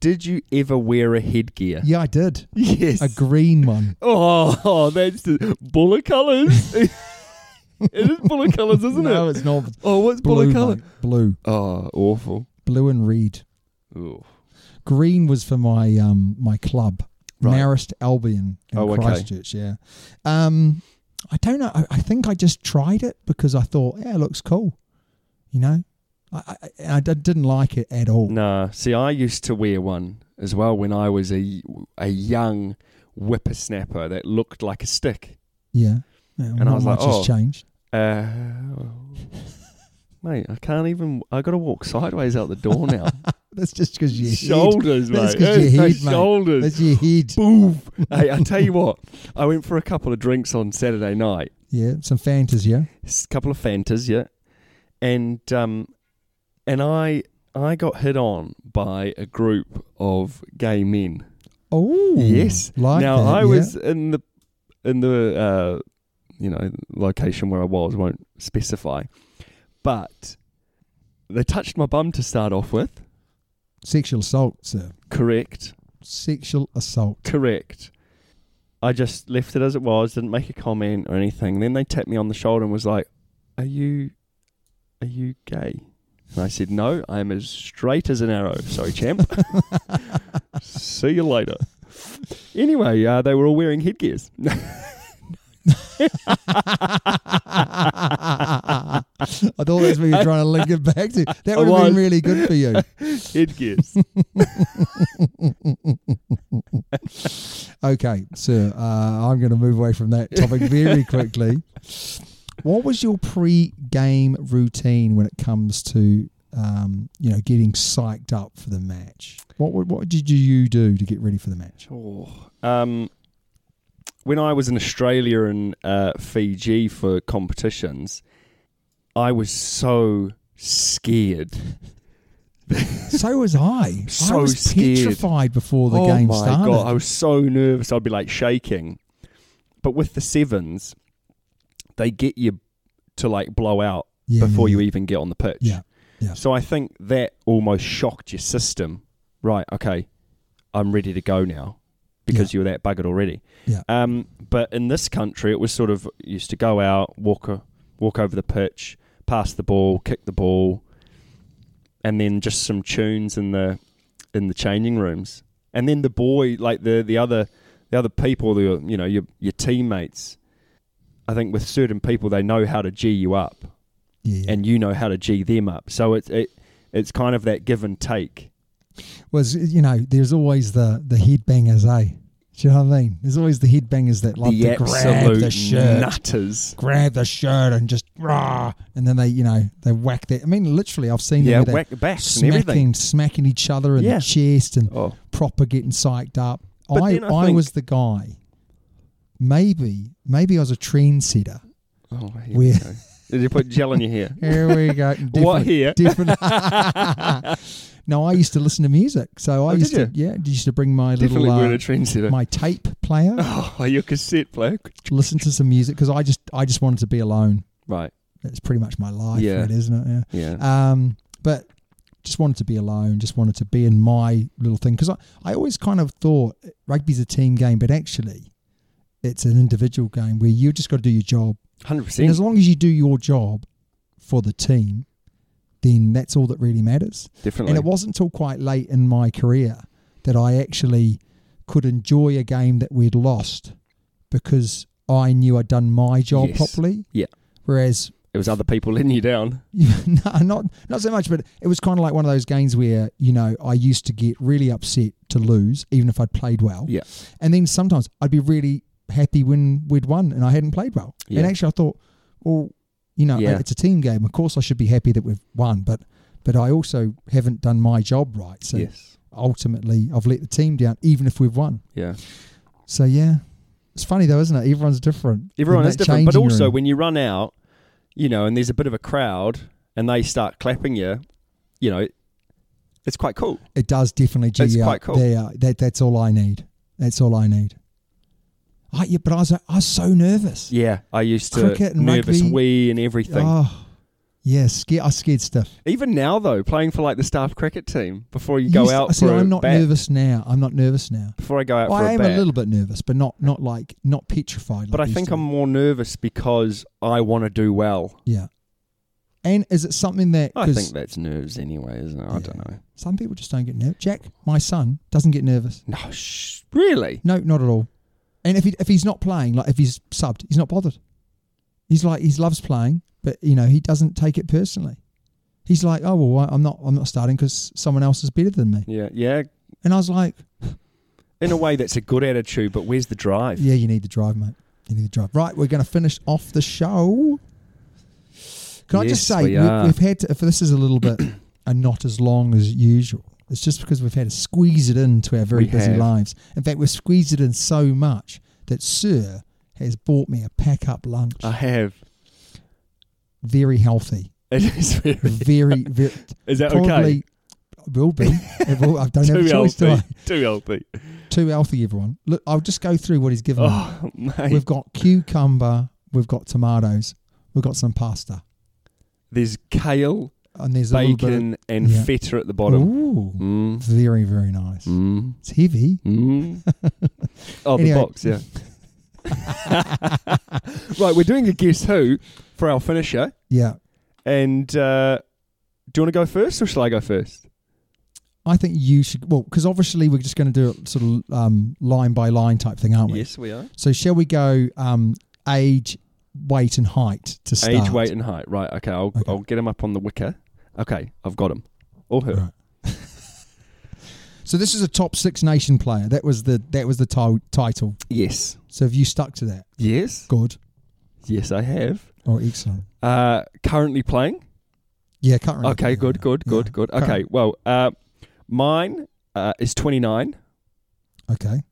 Speaker 2: did you ever wear a headgear?
Speaker 1: Yeah, I did.
Speaker 2: Yes.
Speaker 1: A green one.
Speaker 2: oh, that's the bullet colours. it is bullet colours, isn't
Speaker 1: no,
Speaker 2: it?
Speaker 1: it's not. It's
Speaker 2: Oh, what's
Speaker 1: Blue,
Speaker 2: bullet colour?
Speaker 1: mate. blue,
Speaker 2: Oh, awful.
Speaker 1: blue and red.
Speaker 2: Ooh.
Speaker 1: Green was for my um my club,
Speaker 2: Right.
Speaker 1: Marist Albion in
Speaker 2: Oh, okay.
Speaker 1: Christchurch. Yeah. Um, I don't know. I, I think I just tried it because I thought, yeah, it looks cool. You know, I I, I d- didn't like it at all.
Speaker 2: Nah, see, I used to wear one as well when I was a, a young whippersnapper that looked like a stick.
Speaker 1: Yeah. yeah and I was like,
Speaker 2: oh.
Speaker 1: just changed.
Speaker 2: Uh, mate, I can't even. I got to walk sideways out the door now.
Speaker 1: That's just because your
Speaker 2: shoulders,
Speaker 1: head. That's
Speaker 2: mate.
Speaker 1: because your
Speaker 2: my
Speaker 1: head, mate.
Speaker 2: shoulders.
Speaker 1: That's your head.
Speaker 2: Boom. hey, I tell you what. I went for a couple of drinks on Saturday night.
Speaker 1: Yeah, some Fantas, yeah.
Speaker 2: S- couple of Fantas, yeah, and um, and I I got hit on by a group of gay men.
Speaker 1: Oh,
Speaker 2: Yes.
Speaker 1: Like
Speaker 2: now
Speaker 1: that,
Speaker 2: I
Speaker 1: yeah.
Speaker 2: was in the in the uh, you know location where I was won't specify, but they touched my bum to start off with.
Speaker 1: sexual assault, sir.
Speaker 2: Correct,
Speaker 1: Sexual assault.
Speaker 2: correct. I just left it as it was, didn't make a comment or anything. Then they tapped me on the shoulder and was like, "Are you, are you gay?" And I said, "No, I am as straight as an arrow." Sorry, champ. See you later. Anyway, uh, they were all wearing headgears.
Speaker 1: I thought that's what you were trying to link it back to. That would have
Speaker 2: was.
Speaker 1: been really good for you.
Speaker 2: headgears.
Speaker 1: Okay, sir, uh, I'm going to move away from that topic very quickly. What was your pre-game routine when it comes to um, you know getting psyched up for the match? What would- what did you do to get ready for the match?
Speaker 2: Um, when I was in Australia and uh, Fiji for competitions, I was so scared.
Speaker 1: So was I. I
Speaker 2: So
Speaker 1: was
Speaker 2: scared.
Speaker 1: petrified before the
Speaker 2: oh
Speaker 1: game
Speaker 2: my
Speaker 1: started.
Speaker 2: god, I was so nervous. I'd be like shaking. But with the sevens, they get you to like blow out
Speaker 1: Yeah,
Speaker 2: before
Speaker 1: yeah,
Speaker 2: you even get on the pitch.
Speaker 1: Yeah, yeah.
Speaker 2: So I think that almost shocked your system. Right, okay, I'm ready to go now because you were that buggered already.
Speaker 1: Yeah.
Speaker 2: Um, but in this country, it was sort of you used to go out, walk a, walk over the pitch, pass the ball, kick the ball, and then just some tunes in the in the changing rooms, and then the boy, like the the other the other people, the you know your your teammates. I think with certain people, they know how to g you up
Speaker 1: yeah, yeah.
Speaker 2: and you know how to g them up. So it's it, it's kind of that give and take.
Speaker 1: was you know there's always the the headbangers, eh? Do you know what I mean? There's always the headbangers that like
Speaker 2: the
Speaker 1: to grab
Speaker 2: absolute
Speaker 1: the shirt.
Speaker 2: nutters.
Speaker 1: grab the shirt and just rah, and then they, you know, they whack that. I mean, literally, I've seen
Speaker 2: Yeah,
Speaker 1: them where
Speaker 2: whack
Speaker 1: they're
Speaker 2: backs and everything.
Speaker 1: smacking, smacking each other in
Speaker 2: Yeah.
Speaker 1: the chest and
Speaker 2: Oh.
Speaker 1: proper getting psyched up.
Speaker 2: But
Speaker 1: I,
Speaker 2: then I
Speaker 1: I,
Speaker 2: think-
Speaker 1: was the guy maybe maybe I was a trendsetter.
Speaker 2: Oh, here we
Speaker 1: We're-
Speaker 2: go. Did you put gel in your hair?
Speaker 1: Here we go.
Speaker 2: What here?
Speaker 1: Different. no, I used to listen to music. So I
Speaker 2: Oh, did
Speaker 1: used
Speaker 2: you?
Speaker 1: to yeah, used to bring my
Speaker 2: Definitely
Speaker 1: little
Speaker 2: weren't
Speaker 1: uh,
Speaker 2: a trendsetter.
Speaker 1: my tape player,
Speaker 2: Oh, your cassette player.
Speaker 1: listen to some music because I just I just wanted to be alone.
Speaker 2: Right.
Speaker 1: That's pretty much my life,
Speaker 2: Yeah.
Speaker 1: it, isn't it?
Speaker 2: Yeah.
Speaker 1: Yeah. Um, but just wanted to be alone. Just wanted to be in my little thing because I, I always kind of thought rugby's a team game, but actually, it's an individual game where you just got to do your job.
Speaker 2: Hundred
Speaker 1: And as
Speaker 2: percent.
Speaker 1: long as you do your job for the team, then that's all that really matters.
Speaker 2: Definitely.
Speaker 1: And it wasn't until quite late in my career that I actually could enjoy a game that we'd lost because I knew I'd done my job
Speaker 2: Yes.
Speaker 1: properly.
Speaker 2: Yeah.
Speaker 1: Whereas,
Speaker 2: It was other people letting you down.
Speaker 1: no, not not so much, but it was kind of like one of those games where you know I used to get really upset to lose, even if I'd played well.
Speaker 2: Yeah.
Speaker 1: And then sometimes I'd be really happy when we'd won and I hadn't played well.
Speaker 2: Yeah.
Speaker 1: And actually, I thought, well, you know,
Speaker 2: Yeah.
Speaker 1: it's a team game. Of course, I should be happy that we've won, but but I also haven't done my job right. So
Speaker 2: Yes.
Speaker 1: ultimately, I've let the team down, even if we've won.
Speaker 2: Yeah.
Speaker 1: So yeah, it's funny though, isn't it? Everyone's different.
Speaker 2: Everyone
Speaker 1: in
Speaker 2: is
Speaker 1: that
Speaker 2: different. But
Speaker 1: changing
Speaker 2: also,
Speaker 1: room.
Speaker 2: when you run out, you know, and there's a bit of a crowd and they start clapping you, you know, it's quite cool.
Speaker 1: It does definitely G
Speaker 2: It's
Speaker 1: out.
Speaker 2: quite cool.
Speaker 1: They are- that, that's all I need. That's all I need. I, yeah, but I was, I was so nervous.
Speaker 2: Yeah. I used to
Speaker 1: Cricket and
Speaker 2: nervous
Speaker 1: rugby.
Speaker 2: wee and everything.
Speaker 1: Oh, yeah, scared, I was scared stiff.
Speaker 2: Even now, though, playing for like the staff cricket team before you go
Speaker 1: used-
Speaker 2: out
Speaker 1: See,
Speaker 2: for a
Speaker 1: I'm not
Speaker 2: bat-
Speaker 1: nervous now. I'm not nervous now.
Speaker 2: Before I go out
Speaker 1: Well,
Speaker 2: for
Speaker 1: I
Speaker 2: a
Speaker 1: am
Speaker 2: bat,
Speaker 1: a little bit nervous, but not not like not petrified. Like
Speaker 2: but I
Speaker 1: used
Speaker 2: think
Speaker 1: to
Speaker 2: I'm
Speaker 1: be.
Speaker 2: more nervous because I want to do well.
Speaker 1: Yeah. And is it something that
Speaker 2: I
Speaker 1: because
Speaker 2: think that's nerves anyway, isn't it? I don't know.
Speaker 1: some people just don't get nervous? Jack, my son, doesn't get nervous.
Speaker 2: No, sh- really?
Speaker 1: No, not at all. And if he, if he's not playing, like if he's subbed, he's not bothered. He's like he loves playing, but you know he doesn't take it personally. He's like, oh well, I- I'm not I'm not starting because someone else is better than me.
Speaker 2: Yeah, yeah.
Speaker 1: And I was like,
Speaker 2: In a way, that's a good attitude, but where's the drive?
Speaker 1: yeah, you need the drive, mate. You need the drive. Right, we're going to finish off the show. Can I just
Speaker 2: Yes,
Speaker 1: say
Speaker 2: we
Speaker 1: we
Speaker 2: are.
Speaker 1: have had to, if this is a little bit and not as long as usual. It's just because we've had to squeeze it into our very
Speaker 2: We
Speaker 1: busy
Speaker 2: have.
Speaker 1: lives. In fact, we've squeezed it in so much that Sir has bought me a pack up lunch.
Speaker 2: I have.
Speaker 1: very healthy.
Speaker 2: It is very.
Speaker 1: Very, very
Speaker 2: Is that okay?
Speaker 1: probably will be. It will- I don't have
Speaker 2: Too
Speaker 1: a choice, do
Speaker 2: healthy.
Speaker 1: I?
Speaker 2: Too healthy.
Speaker 1: Too healthy, everyone. Look, I'll just go through what he's given me.
Speaker 2: Oh, mate.
Speaker 1: We've got cucumber, we've got tomatoes, we've got some pasta,
Speaker 2: There's kale,
Speaker 1: and there's a little bit.
Speaker 2: bacon, and
Speaker 1: yeah.
Speaker 2: feta at the
Speaker 1: Of,
Speaker 2: bottom.
Speaker 1: ooh,
Speaker 2: Mm.
Speaker 1: very very nice.
Speaker 2: Mm.
Speaker 1: It's heavy.
Speaker 2: Mm. oh, the
Speaker 1: Anyway.
Speaker 2: box, yeah. right, we're doing a guess who for our finisher.
Speaker 1: Yeah,
Speaker 2: And uh, do you want to go first or shall I go first?
Speaker 1: I think you should. Well, because obviously we're just going to do it sort of um, line by line type thing, aren't we?
Speaker 2: Yes, we are.
Speaker 1: So shall we go um, age, weight, and height to start?
Speaker 2: Age, weight, and height. Right, okay, I'll,
Speaker 1: Okay.
Speaker 2: I'll get him up on the wicker. Okay, I've got him. Or her.
Speaker 1: Right. so this is a top six nation player. That was the that was the ti- title.
Speaker 2: Yes.
Speaker 1: So have you stuck to that?
Speaker 2: Yes.
Speaker 1: Good
Speaker 2: Yes, I have.
Speaker 1: or excellent?
Speaker 2: Uh, currently playing.
Speaker 1: Yeah, can't remember.
Speaker 2: Okay, good, good,
Speaker 1: Yeah.
Speaker 2: good, good. Okay, well, uh, mine uh, is 29,
Speaker 1: Okay,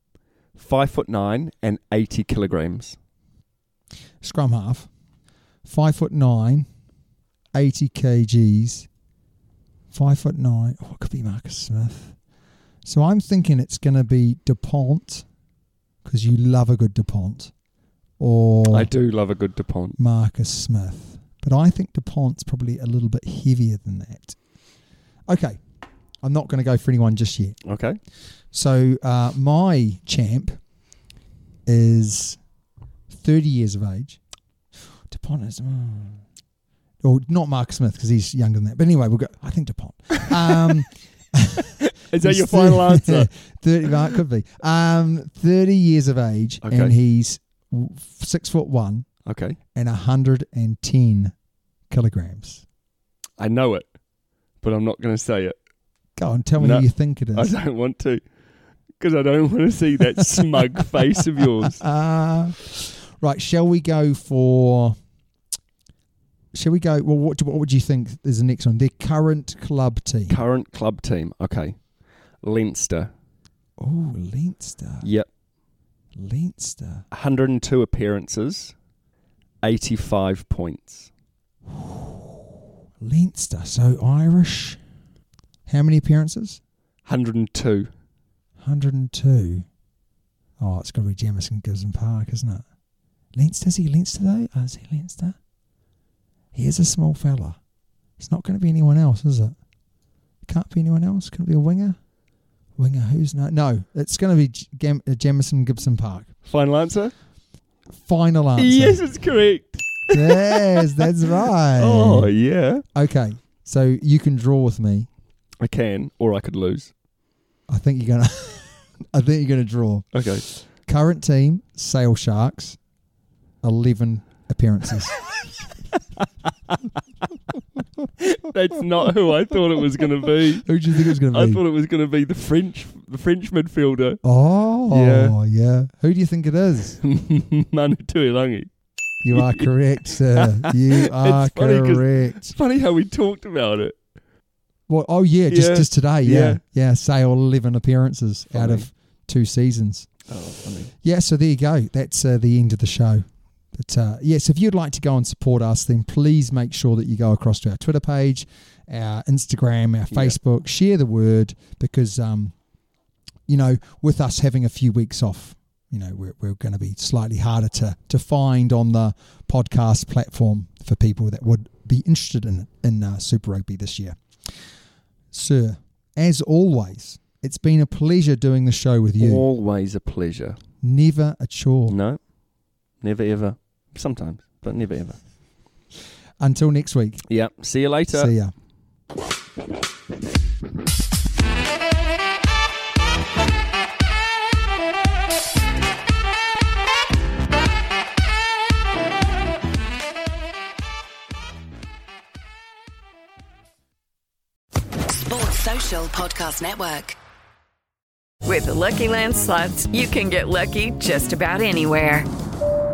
Speaker 2: 5 foot 9, and 80 kilograms.
Speaker 1: scrum half, five foot nine, 80 kgs, five foot nine. Oh, it could be Marcus Smith. So I'm thinking it's going to be Dupont because you love a good Dupont, or
Speaker 2: I do love a good DuPont.
Speaker 1: Marcus Smith. But I think DuPont's probably a little bit heavier than that. Okay. I'm not going to go for anyone just yet.
Speaker 2: Okay.
Speaker 1: So uh, my champ is 30 years of age. DuPont is. mm. Or not Marcus Smith because he's younger than that. But anyway, we'll go. I think DuPont. Um,
Speaker 2: Is that your
Speaker 1: He's thir-
Speaker 2: final answer?
Speaker 1: 30, well, it could be. Um, 30 years of age,
Speaker 2: Okay.
Speaker 1: and he's w- six foot one
Speaker 2: Okay.
Speaker 1: and 110 kilograms.
Speaker 2: I know it, but I'm not going to say it.
Speaker 1: Go on, tell me
Speaker 2: No.
Speaker 1: who you think it
Speaker 2: I
Speaker 1: is.
Speaker 2: don't want to because I don't want to see that smug face of yours.
Speaker 1: Uh, right, shall we go for. Shall we go? Well, what, do- what would you think is the next one? Their current club team.
Speaker 2: Current club team. Okay. Leinster.
Speaker 1: Oh, Leinster.
Speaker 2: Yep.
Speaker 1: Leinster.
Speaker 2: 102 appearances, 85 points.
Speaker 1: Leinster. So Irish. How many appearances?
Speaker 2: 102.
Speaker 1: 102. Oh, it's got to be Jamison Gibson Park, isn't it? Leinster? Is he Leinster, though? Oh, is he Leinster? He is a small fella. It's not going to be anyone else, is it? Can't be anyone else. Can it be a winger? Winger who's no? No, it's going to be J- Gam- uh, Jamison Gibson Park.
Speaker 2: Final answer?
Speaker 1: Final answer.
Speaker 2: Yes, it's correct.
Speaker 1: Yes, that's right.
Speaker 2: Oh, yeah.
Speaker 1: Okay, so you can draw with me.
Speaker 2: I can, or I could lose.
Speaker 1: I think you're gonna. I think you're gonna draw.
Speaker 2: Okay.
Speaker 1: Current team: Sale Sharks, eleven appearances.
Speaker 2: That's not who I thought it was going to be.
Speaker 1: Who do you think it was gonna
Speaker 2: I
Speaker 1: be?
Speaker 2: thought it was going to be the French the French midfielder,
Speaker 1: oh, yeah. Who do you think it is?
Speaker 2: Manu Tuilangi.
Speaker 1: You are correct, sir. You are
Speaker 2: funny 'cause-
Speaker 1: correct.
Speaker 2: It's funny how we talked about it.
Speaker 1: Well, oh yeah, just
Speaker 2: Yeah,
Speaker 1: just today, yeah,
Speaker 2: yeah.
Speaker 1: yeah. Sale eleven appearances out
Speaker 2: Funny.
Speaker 1: of two seasons.
Speaker 2: Oh, funny.
Speaker 1: Yeah, so there you go. That's uh, the end of the show. But uh, yes, if you'd like to go and support us, then please make sure that you go across to our Twitter page, our Instagram, our
Speaker 2: Yeah.
Speaker 1: Facebook. Share the word because, um, you know, with us having a few weeks off, you know, we're, we're going to be slightly harder to, to find on the podcast platform for people that would be interested in in uh, Super Rugby this year. Sir, as always, it's been a pleasure doing the show with you.
Speaker 2: Always a pleasure.
Speaker 1: Never a chore.
Speaker 2: No, never ever. Sometimes, but never ever.
Speaker 1: Until next week.
Speaker 2: Yeah. See you later.
Speaker 1: See ya.
Speaker 3: Sports Social Podcast Network.
Speaker 4: With the Lucky Land slots, you can get lucky just about anywhere.